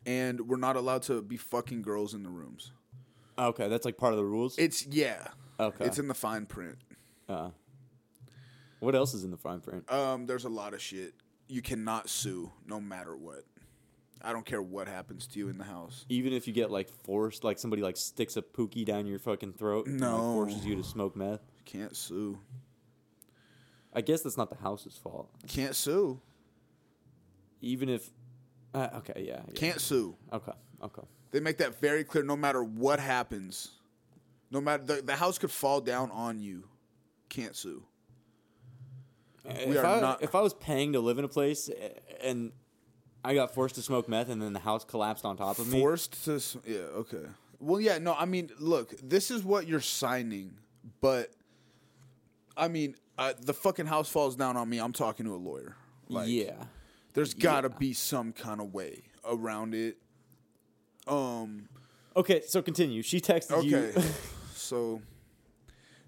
[SPEAKER 2] and we're not allowed to be fucking girls in the rooms.
[SPEAKER 1] okay. That's like part of the rules.
[SPEAKER 2] It's yeah.
[SPEAKER 1] okay.
[SPEAKER 2] It's in the fine print.
[SPEAKER 1] uh, what else is in the fine print?
[SPEAKER 2] Um, there's a lot of shit. You cannot sue, no matter what. I don't care what happens to you in the house.
[SPEAKER 1] Even if you get like forced, like somebody like sticks a pookie down your fucking throat and like,
[SPEAKER 2] No.
[SPEAKER 1] forces you to smoke meth.
[SPEAKER 2] You can't sue.
[SPEAKER 1] I guess that's not the house's fault.
[SPEAKER 2] Can't sue.
[SPEAKER 1] Even if, uh, okay, yeah, yeah.
[SPEAKER 2] Can't sue.
[SPEAKER 1] okay, okay,
[SPEAKER 2] They make that very clear. No matter what happens, no matter the, the house could fall down on you. Can't sue.
[SPEAKER 1] if
[SPEAKER 2] are
[SPEAKER 1] I,
[SPEAKER 2] not-
[SPEAKER 1] if I was paying to live in a place a- and I got forced to smoke meth and then the house collapsed on top of me,
[SPEAKER 2] forced to s- yeah okay well yeah no i mean look this is what you're signing but i mean uh, the fucking house falls down on me i'm talking to a lawyer like
[SPEAKER 1] yeah,
[SPEAKER 2] there's gotta be some kind of way around it um
[SPEAKER 1] Okay, so continue. She texted
[SPEAKER 2] Okay.
[SPEAKER 1] you.
[SPEAKER 2] so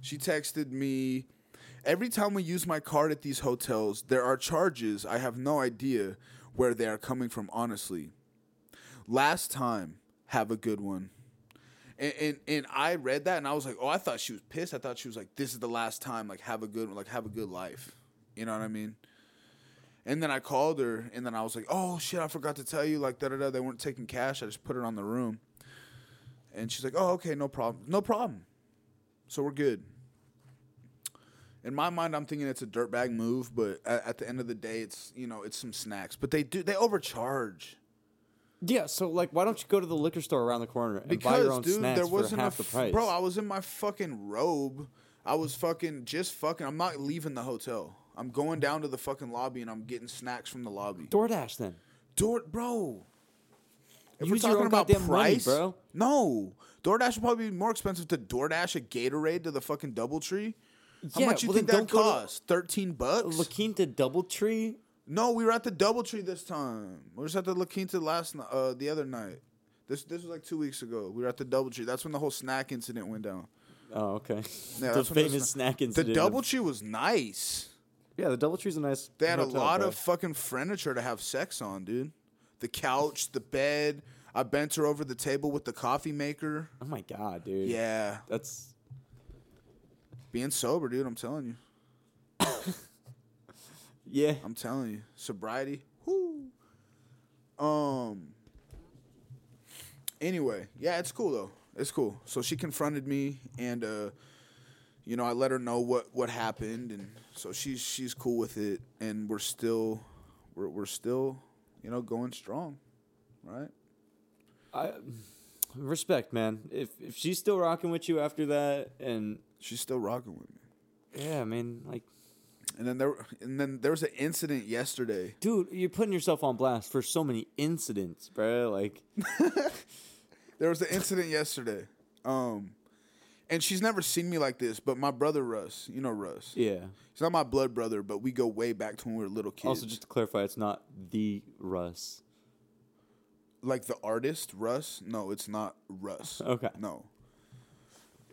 [SPEAKER 2] she texted me every time we use my card at these hotels, there are charges. I have no idea where they are coming from, honestly. Last time, have a good one. And, and and I read that and I was like, oh, I thought she was pissed. I thought she was like, this is the last time. Like, have a good, like, have a good life. You know what I mean? And then I called her and then I was like, oh shit, I forgot to tell you. Like, da da da. They weren't taking cash. I just put it on the room. And she's like, "Oh, okay, no problem, no problem." So we're good. In my mind, I'm thinking it's a dirtbag move, but at, at the end of the day, it's you know it's some snacks. But they do they overcharge
[SPEAKER 1] yeah, so like, why don't you go to the liquor store around the corner and
[SPEAKER 2] because
[SPEAKER 1] buy your own
[SPEAKER 2] dude,
[SPEAKER 1] snacks
[SPEAKER 2] there wasn't
[SPEAKER 1] for half
[SPEAKER 2] a
[SPEAKER 1] the
[SPEAKER 2] f-
[SPEAKER 1] price?
[SPEAKER 2] bro. I was in my fucking robe. I was fucking just fucking. I'm not leaving the hotel. I'm going down to the fucking lobby and I'm getting snacks from the lobby.
[SPEAKER 1] DoorDash then.
[SPEAKER 2] Door, bro. If
[SPEAKER 1] Use your own goddamn money, bro.
[SPEAKER 2] no. DoorDash would probably be more expensive to DoorDash a Gatorade to the fucking DoubleTree. How
[SPEAKER 1] Yeah,
[SPEAKER 2] much you
[SPEAKER 1] well,
[SPEAKER 2] think
[SPEAKER 1] then
[SPEAKER 2] that
[SPEAKER 1] don't go to-
[SPEAKER 2] cost? Thirteen bucks.
[SPEAKER 1] La Quinta DoubleTree.
[SPEAKER 2] no, we were at the DoubleTree this time. We were just at the La Quinta last ni- uh, the other night. This this was like two weeks ago. We were at the DoubleTree. That's when the whole snack incident went down.
[SPEAKER 1] Oh, okay.
[SPEAKER 2] Yeah,
[SPEAKER 1] the
[SPEAKER 2] that's when
[SPEAKER 1] famous snack incident.
[SPEAKER 2] The
[SPEAKER 1] of-
[SPEAKER 2] DoubleTree was nice.
[SPEAKER 1] Yeah, the DoubleTree's a nice.
[SPEAKER 2] They had
[SPEAKER 1] hotel,
[SPEAKER 2] a lot
[SPEAKER 1] bro.
[SPEAKER 2] of fucking furniture to have sex on, dude. The couch, the bed. I bent her over the table with the coffee maker.
[SPEAKER 1] Oh my god, dude.
[SPEAKER 2] Yeah,
[SPEAKER 1] That's
[SPEAKER 2] being sober, dude. I'm telling you.
[SPEAKER 1] yeah.
[SPEAKER 2] I'm telling you. Sobriety. Whoo. Um. Anyway, yeah, it's cool though. It's cool. So she confronted me, and uh, you know, I let her know what what happened, and so she's she's cool with it, and we're still we're we're still you know going strong, right?
[SPEAKER 1] I respect, man. If if she's still rocking with you after that, and
[SPEAKER 2] She's still rocking with me.
[SPEAKER 1] yeah, I mean, like,
[SPEAKER 2] And then there and then there was an incident yesterday.
[SPEAKER 1] dude, you're putting yourself on blast for so many incidents, bro. Like,
[SPEAKER 2] There was an incident yesterday. Um and she's never seen me like this, but my brother Russ, you know Russ.
[SPEAKER 1] yeah.
[SPEAKER 2] He's not my blood brother, but we go way back to when we were little kids.
[SPEAKER 1] Also, just to clarify, it's not the Russ.
[SPEAKER 2] like the artist Russ? No, it's not Russ.
[SPEAKER 1] Okay.
[SPEAKER 2] No.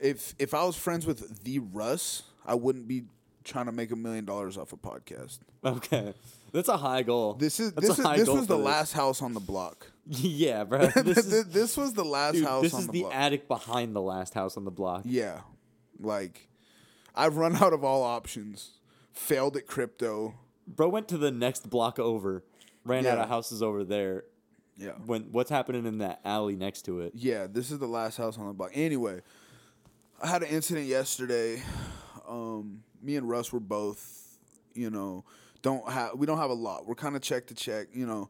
[SPEAKER 2] If if I was friends with the Russ, I wouldn't be trying to make a million dollars off a podcast.
[SPEAKER 1] Okay, that's a high goal.
[SPEAKER 2] This is
[SPEAKER 1] That's
[SPEAKER 2] this
[SPEAKER 1] a
[SPEAKER 2] is
[SPEAKER 1] high
[SPEAKER 2] this
[SPEAKER 1] goal
[SPEAKER 2] was the
[SPEAKER 1] for
[SPEAKER 2] last house on the block.
[SPEAKER 1] yeah, bro. This
[SPEAKER 2] This,
[SPEAKER 1] is
[SPEAKER 2] was the last
[SPEAKER 1] dude,
[SPEAKER 2] house
[SPEAKER 1] this
[SPEAKER 2] on
[SPEAKER 1] is
[SPEAKER 2] the,
[SPEAKER 1] the
[SPEAKER 2] block.
[SPEAKER 1] attic behind the last house on the block.
[SPEAKER 2] Yeah. Like I've run out of all options. Failed at crypto.
[SPEAKER 1] Bro went to the next block over, ran out
[SPEAKER 2] Yeah.
[SPEAKER 1] of houses over there.
[SPEAKER 2] Yeah.
[SPEAKER 1] When what's happening in that alley next to it?
[SPEAKER 2] Yeah, this is the last house on the block. Anyway, I had an incident yesterday. Um me and Russ were both, you know, don't have we don't have a lot. We're kind of check to check, you know.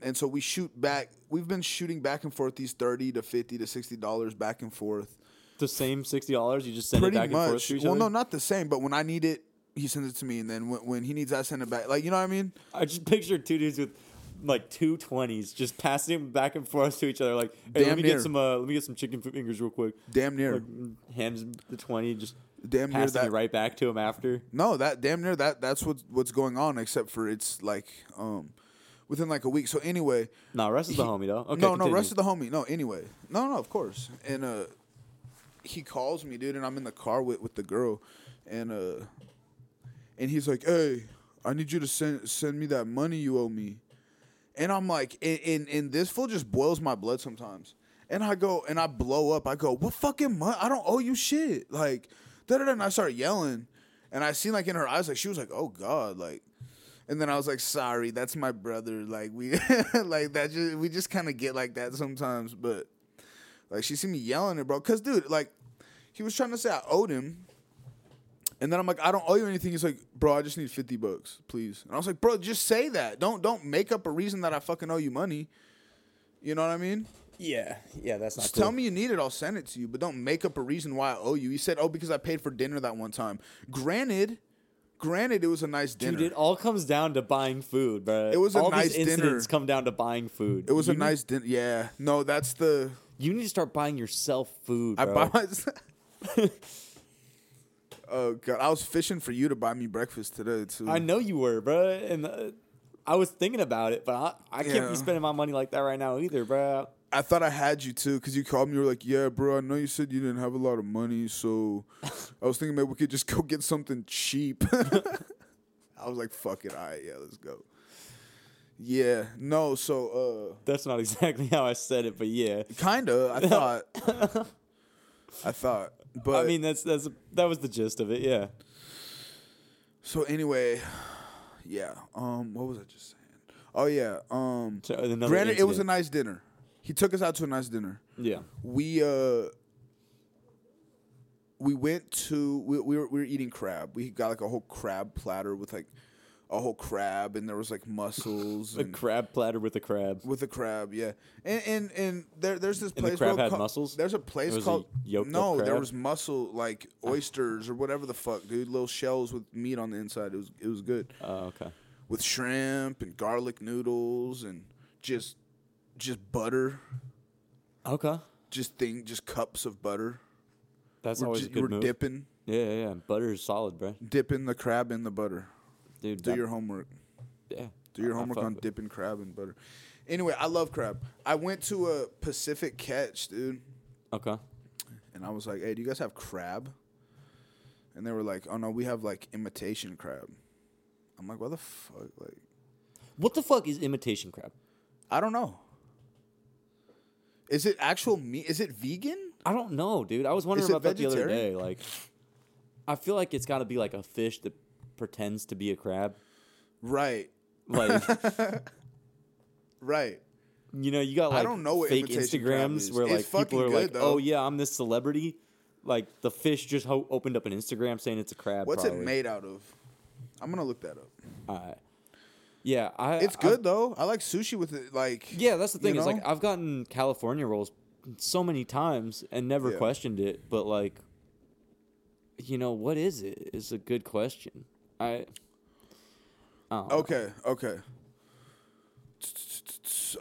[SPEAKER 2] And so we shoot back. We've been shooting back and forth these 30 to 50 to 60 dollars back and forth.
[SPEAKER 1] The same sixty dollars you just send it back and forth to each
[SPEAKER 2] well,
[SPEAKER 1] other.
[SPEAKER 2] no, not the same, but when I need it, he sends it to me, and then when, when he needs, I send it back. Like you know what I mean?
[SPEAKER 1] I just pictured two dudes with like two twenties just passing them back and forth to each other. Like, hey,
[SPEAKER 2] Damn
[SPEAKER 1] let me
[SPEAKER 2] near.
[SPEAKER 1] get some. Uh, let me get some chicken fingers real quick.
[SPEAKER 2] Damn near,
[SPEAKER 1] Like, hands him the twenty, just
[SPEAKER 2] damn near
[SPEAKER 1] passing
[SPEAKER 2] that.
[SPEAKER 1] it right back to him after.
[SPEAKER 2] No, that damn near that. That's what what's going on. Except for it's like um, within like a week. So anyway,
[SPEAKER 1] Nah, Russ is the homie though. Okay,
[SPEAKER 2] no, no,
[SPEAKER 1] continue.
[SPEAKER 2] rest of the homie. No, anyway, no, no, of course. And uh, he calls me, dude, and I'm in the car with with the girl, and uh, and he's like, "Hey, I need you to send send me that money you owe me," and I'm like, and and, and this fool just boils my blood sometimes, and I go and I blow up. I go, "What fucking money? I don't owe you shit!" Like, da da da, and I start yelling, and I seen like in her eyes, like she was like, "Oh God," like. And then I was like, sorry, that's my brother. Like we like that just we just kinda get like that sometimes, but like she see me yelling it, bro. Cause dude, like he was trying to say I owed him. And then I'm like, I don't owe you anything. He's like, bro, I just need fifty bucks, please. And I was like, bro, just say that. Don't don't make up a reason that I fucking owe you money. You know what I mean?
[SPEAKER 1] Yeah, yeah, that's not.
[SPEAKER 2] Just tell me you need it, I'll send it to you. But don't make up a reason why I owe you. He said, Oh, because I paid for dinner that one time. Granted, granted it was a nice dinner.
[SPEAKER 1] Dude, it all comes down to buying food, bro.
[SPEAKER 2] It was a
[SPEAKER 1] all
[SPEAKER 2] nice
[SPEAKER 1] these
[SPEAKER 2] dinner.
[SPEAKER 1] incidents come down to buying food.
[SPEAKER 2] It was
[SPEAKER 1] you
[SPEAKER 2] a nice dinner. Yeah. No, that's the
[SPEAKER 1] Need, you need to start buying yourself food.
[SPEAKER 2] I
[SPEAKER 1] bro.
[SPEAKER 2] buy myself. oh god, I was fishing for you to buy me breakfast today too.
[SPEAKER 1] I know you were, bro, and uh, I was thinking about it, but I, I can't
[SPEAKER 2] Yeah.
[SPEAKER 1] be spending my money like that right now either, bro.
[SPEAKER 2] I thought I had you too because you called me. You were like, "Yeah, bro, I know you said you didn't have a lot of money, so I was thinking maybe we could just go get something cheap." I was like, "Fuck it, all right, yeah, let's go." Yeah, no, so
[SPEAKER 1] That's not exactly how I said it, but yeah.
[SPEAKER 2] uh, kinda. I thought, I thought, but
[SPEAKER 1] I mean, that's that's that was the gist of it. Yeah.
[SPEAKER 2] So anyway, yeah. Um, what was I just saying? Oh yeah. Um,
[SPEAKER 1] So, another
[SPEAKER 2] granted, it was a
[SPEAKER 1] incident.
[SPEAKER 2] nice dinner. He took us out to a nice dinner.
[SPEAKER 1] Yeah.
[SPEAKER 2] We uh, we went to we we were, we were eating crab. We got like a whole crab platter with like a whole crab, and there was like mussels
[SPEAKER 1] A
[SPEAKER 2] and
[SPEAKER 1] crab platter with a crab.
[SPEAKER 2] with a crab, yeah. And and and there there's this
[SPEAKER 1] the
[SPEAKER 2] place.
[SPEAKER 1] crab
[SPEAKER 2] bro,
[SPEAKER 1] had
[SPEAKER 2] ca-
[SPEAKER 1] mussels?
[SPEAKER 2] There's a place
[SPEAKER 1] It was a
[SPEAKER 2] called
[SPEAKER 1] yolked up
[SPEAKER 2] no. There
[SPEAKER 1] crab? Ah.
[SPEAKER 2] was mussel like oysters or whatever the fuck, dude. Little shells with meat on the inside. It was it was good
[SPEAKER 1] Oh, okay.
[SPEAKER 2] with shrimp and garlic noodles and just just butter,
[SPEAKER 1] Okay.
[SPEAKER 2] just thing, just cups of butter.
[SPEAKER 1] That's
[SPEAKER 2] we're
[SPEAKER 1] always
[SPEAKER 2] ju-
[SPEAKER 1] a good
[SPEAKER 2] we're
[SPEAKER 1] move.
[SPEAKER 2] dipping
[SPEAKER 1] yeah, yeah, yeah. Butter is solid, bro.
[SPEAKER 2] dipping the crab in the butter.
[SPEAKER 1] Dude,
[SPEAKER 2] Do
[SPEAKER 1] that-
[SPEAKER 2] your homework.
[SPEAKER 1] yeah.
[SPEAKER 2] Do your
[SPEAKER 1] I- I
[SPEAKER 2] homework
[SPEAKER 1] fuck
[SPEAKER 2] on
[SPEAKER 1] with-
[SPEAKER 2] dipping crab in butter. Anyway, I love crab. I went to a Pacific Catch, dude.
[SPEAKER 1] Okay.
[SPEAKER 2] And I was like, hey, do you guys have crab? And they were like, oh no, we have like imitation crab. I'm like, what the fuck? Like,
[SPEAKER 1] What the fuck is imitation crab?
[SPEAKER 2] I don't know. Is it actual meat? Is it vegan?
[SPEAKER 1] I don't know, dude. I was wondering
[SPEAKER 2] it
[SPEAKER 1] about that the other day.
[SPEAKER 2] vegetarian?
[SPEAKER 1] Like, I feel like it's got to be like a fish that pretends to be a crab.
[SPEAKER 2] Right,
[SPEAKER 1] Like,
[SPEAKER 2] right.
[SPEAKER 1] you know, you got
[SPEAKER 2] I
[SPEAKER 1] like
[SPEAKER 2] don't know what
[SPEAKER 1] fake
[SPEAKER 2] imitation crab
[SPEAKER 1] Instagrams
[SPEAKER 2] is.
[SPEAKER 1] where
[SPEAKER 2] It's
[SPEAKER 1] like
[SPEAKER 2] fucking
[SPEAKER 1] people are
[SPEAKER 2] good,
[SPEAKER 1] like,
[SPEAKER 2] though.
[SPEAKER 1] "Oh yeah, I'm this celebrity." Like the fish just ho- opened up an Instagram saying it's a crab.
[SPEAKER 2] What's
[SPEAKER 1] probably.
[SPEAKER 2] it made out of? I'm gonna look that up.
[SPEAKER 1] Alright. yeah, I.
[SPEAKER 2] It's
[SPEAKER 1] I-
[SPEAKER 2] good though. I like sushi with it. Like,
[SPEAKER 1] yeah, that's the
[SPEAKER 2] you
[SPEAKER 1] thing. Is like
[SPEAKER 2] know?
[SPEAKER 1] I've gotten California rolls so many times and never
[SPEAKER 2] Yeah.
[SPEAKER 1] questioned it, but like, you know, what is it? Is a good question. I. I don't know.
[SPEAKER 2] Okay, okay.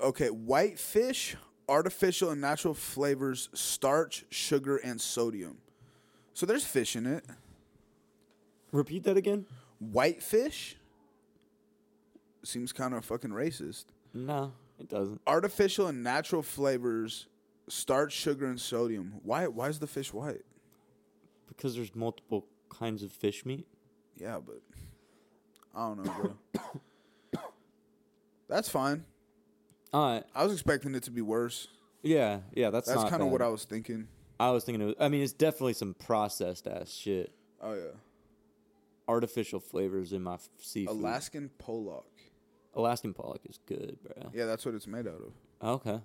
[SPEAKER 2] Okay, white fish, artificial and natural flavors, starch, sugar, and sodium. So there's fish in it.
[SPEAKER 1] Repeat that again.
[SPEAKER 2] White fish seems kind of fucking racist.
[SPEAKER 1] No, it doesn't.
[SPEAKER 2] Artificial and natural flavors, starch, sugar, and sodium. Why? Why is the fish white?
[SPEAKER 1] Because there's multiple kinds of fish meat.
[SPEAKER 2] Yeah, but I don't know, bro. That's fine.
[SPEAKER 1] All right.
[SPEAKER 2] I was expecting it to be worse.
[SPEAKER 1] Uh, Yeah, yeah, that's
[SPEAKER 2] That's
[SPEAKER 1] not
[SPEAKER 2] kind of what
[SPEAKER 1] bad.
[SPEAKER 2] I was thinking.
[SPEAKER 1] I was thinking. Of, I mean, it's definitely some processed ass shit,
[SPEAKER 2] Oh yeah.
[SPEAKER 1] artificial flavors in my f- seafood.
[SPEAKER 2] Alaskan pollock.
[SPEAKER 1] Alaskan pollock is good, bro.
[SPEAKER 2] Yeah, that's what it's made out of.
[SPEAKER 1] Okay.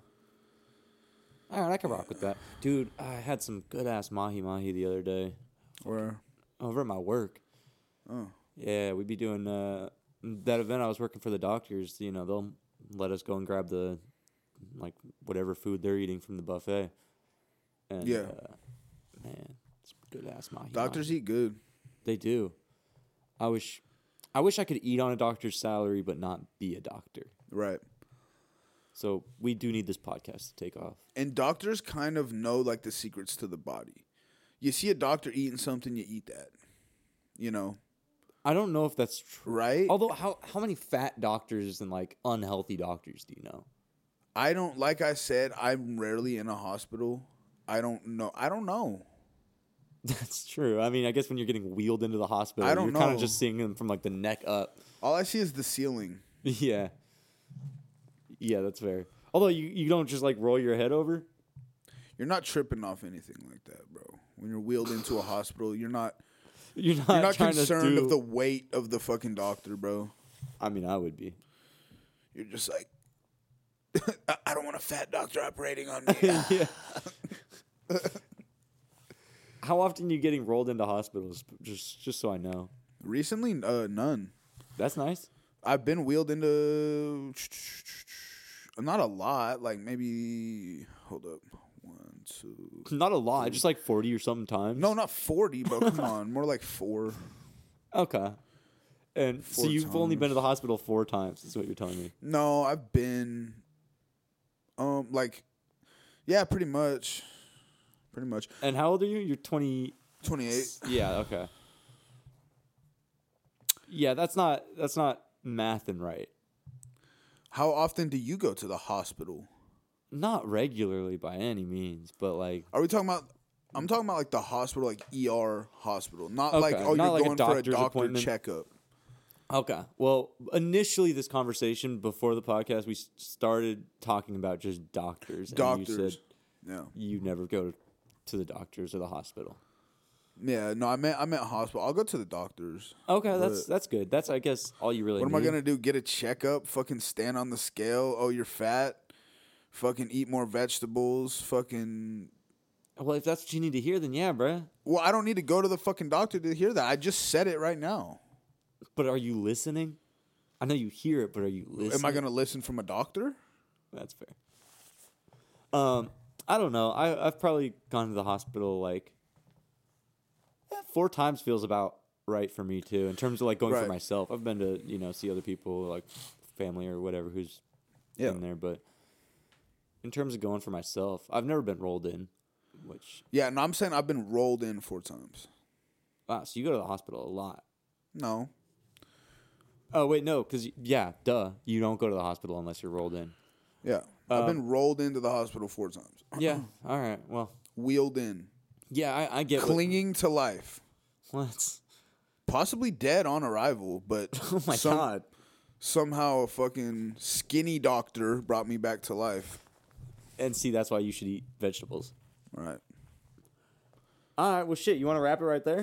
[SPEAKER 1] All right, I can rock with that, dude. I had some good ass mahi mahi the other day
[SPEAKER 2] Where?
[SPEAKER 1] over at my work.
[SPEAKER 2] Oh,
[SPEAKER 1] Yeah, we'd be doing uh, that event. I was working for the doctors. You know, they'll let us go and grab the like whatever food they're eating from the buffet. And,
[SPEAKER 2] Yeah.
[SPEAKER 1] uh, man, it's good ass mahi.
[SPEAKER 2] doctors eat good.
[SPEAKER 1] They do. I wish I wish I could eat on a doctor's salary but not be a doctor.
[SPEAKER 2] Right.
[SPEAKER 1] So we do need this podcast to take off.
[SPEAKER 2] And doctors kind of know like the secrets to the body. You see a doctor eating something, you eat that. You know,
[SPEAKER 1] I don't know if that's true.
[SPEAKER 2] right?
[SPEAKER 1] Although how how many fat doctors and like unhealthy doctors do you know?
[SPEAKER 2] I don't like I said, I'm rarely in a hospital. I don't know. I don't know.
[SPEAKER 1] That's true. I mean, I guess when you're getting wheeled into the hospital,
[SPEAKER 2] I don't
[SPEAKER 1] you're kind
[SPEAKER 2] know.
[SPEAKER 1] of just seeing them from like the neck up.
[SPEAKER 2] All I see is the ceiling.
[SPEAKER 1] yeah. Yeah, that's fair. Although you, you don't just like roll your head over.
[SPEAKER 2] You're not tripping off anything like that, bro. When you're wheeled into a hospital, you're not
[SPEAKER 1] You're not,
[SPEAKER 2] you're not
[SPEAKER 1] trying
[SPEAKER 2] concerned
[SPEAKER 1] to do,
[SPEAKER 2] of the weight of the fucking doctor, bro.
[SPEAKER 1] I mean, I would be.
[SPEAKER 2] you're just like, I- I don't want a fat doctor operating on me.
[SPEAKER 1] yeah. How often you getting rolled into hospitals? Just just so I know.
[SPEAKER 2] Recently, uh, none.
[SPEAKER 1] That's nice.
[SPEAKER 2] I've been wheeled into not a lot, like maybe hold up, one, two.
[SPEAKER 1] Not a lot, just like forty or something times.
[SPEAKER 2] No, not forty, but come on, more like four.
[SPEAKER 1] Okay. And so
[SPEAKER 2] Four
[SPEAKER 1] you've only been
[SPEAKER 2] times.
[SPEAKER 1] to the hospital four times, is what you're telling me.
[SPEAKER 2] No, I've been, um, like, yeah, pretty much, pretty much.
[SPEAKER 1] And how old are you? You're twenty
[SPEAKER 2] Twenty eight.
[SPEAKER 1] Yeah, okay. Yeah, that's not that's not math and right.
[SPEAKER 2] How often do you go to the hospital?
[SPEAKER 1] not regularly by any means, but like
[SPEAKER 2] Are we talking about? I'm talking about like the hospital, like ER hospital, not like
[SPEAKER 1] Okay,
[SPEAKER 2] oh
[SPEAKER 1] not
[SPEAKER 2] you're
[SPEAKER 1] like a
[SPEAKER 2] going for a
[SPEAKER 1] doctor's
[SPEAKER 2] doctor
[SPEAKER 1] appointment.
[SPEAKER 2] checkup.
[SPEAKER 1] Okay. Well, initially, this conversation before the podcast, we s- started talking about just doctors. And you
[SPEAKER 2] Doctors.
[SPEAKER 1] said
[SPEAKER 2] No.
[SPEAKER 1] you never go to the doctors or the hospital.
[SPEAKER 2] Yeah, no, I meant I meant hospital. I'll go to the doctors.
[SPEAKER 1] Okay, that's that's good. That's I guess all you really.
[SPEAKER 2] What am
[SPEAKER 1] need.
[SPEAKER 2] I gonna do? Get a checkup? Fucking stand on the scale? Oh, you're fat. Fucking eat more vegetables. Fucking.
[SPEAKER 1] Well, if that's what you need to hear, then yeah, bruh.
[SPEAKER 2] Well, I don't need to go to the fucking doctor to hear that. I just said it right now.
[SPEAKER 1] But are you listening? I know you hear it, but are you listening?
[SPEAKER 2] Am I gonna listen from a doctor?
[SPEAKER 1] That's fair. Um, I don't know. I I've probably gone to the hospital like eh, four times feels about right for me too. In terms of like going
[SPEAKER 2] Right.
[SPEAKER 1] for myself, I've been to you know see other people like family or whatever who's
[SPEAKER 2] Yeah.
[SPEAKER 1] in there, but in terms of going for myself, I've never been rolled in. Which
[SPEAKER 2] Yeah, no, I'm saying I've been rolled in four times.
[SPEAKER 1] wow, so you go to the hospital a lot.
[SPEAKER 2] No.
[SPEAKER 1] Oh wait, no, because yeah, duh, you don't go to the hospital unless you're rolled in.
[SPEAKER 2] Yeah,
[SPEAKER 1] Um,
[SPEAKER 2] I've been rolled into the hospital four times.
[SPEAKER 1] Yeah, all right, well,
[SPEAKER 2] Wheeled in,
[SPEAKER 1] yeah, I, I get what-
[SPEAKER 2] clinging to life,
[SPEAKER 1] what's.
[SPEAKER 2] possibly dead on arrival, but
[SPEAKER 1] Oh my
[SPEAKER 2] some-
[SPEAKER 1] god.
[SPEAKER 2] somehow a fucking skinny doctor brought me back to life.
[SPEAKER 1] And see, that's why you should eat vegetables.
[SPEAKER 2] All right.
[SPEAKER 1] All right, well, shit. You want to wrap it right there?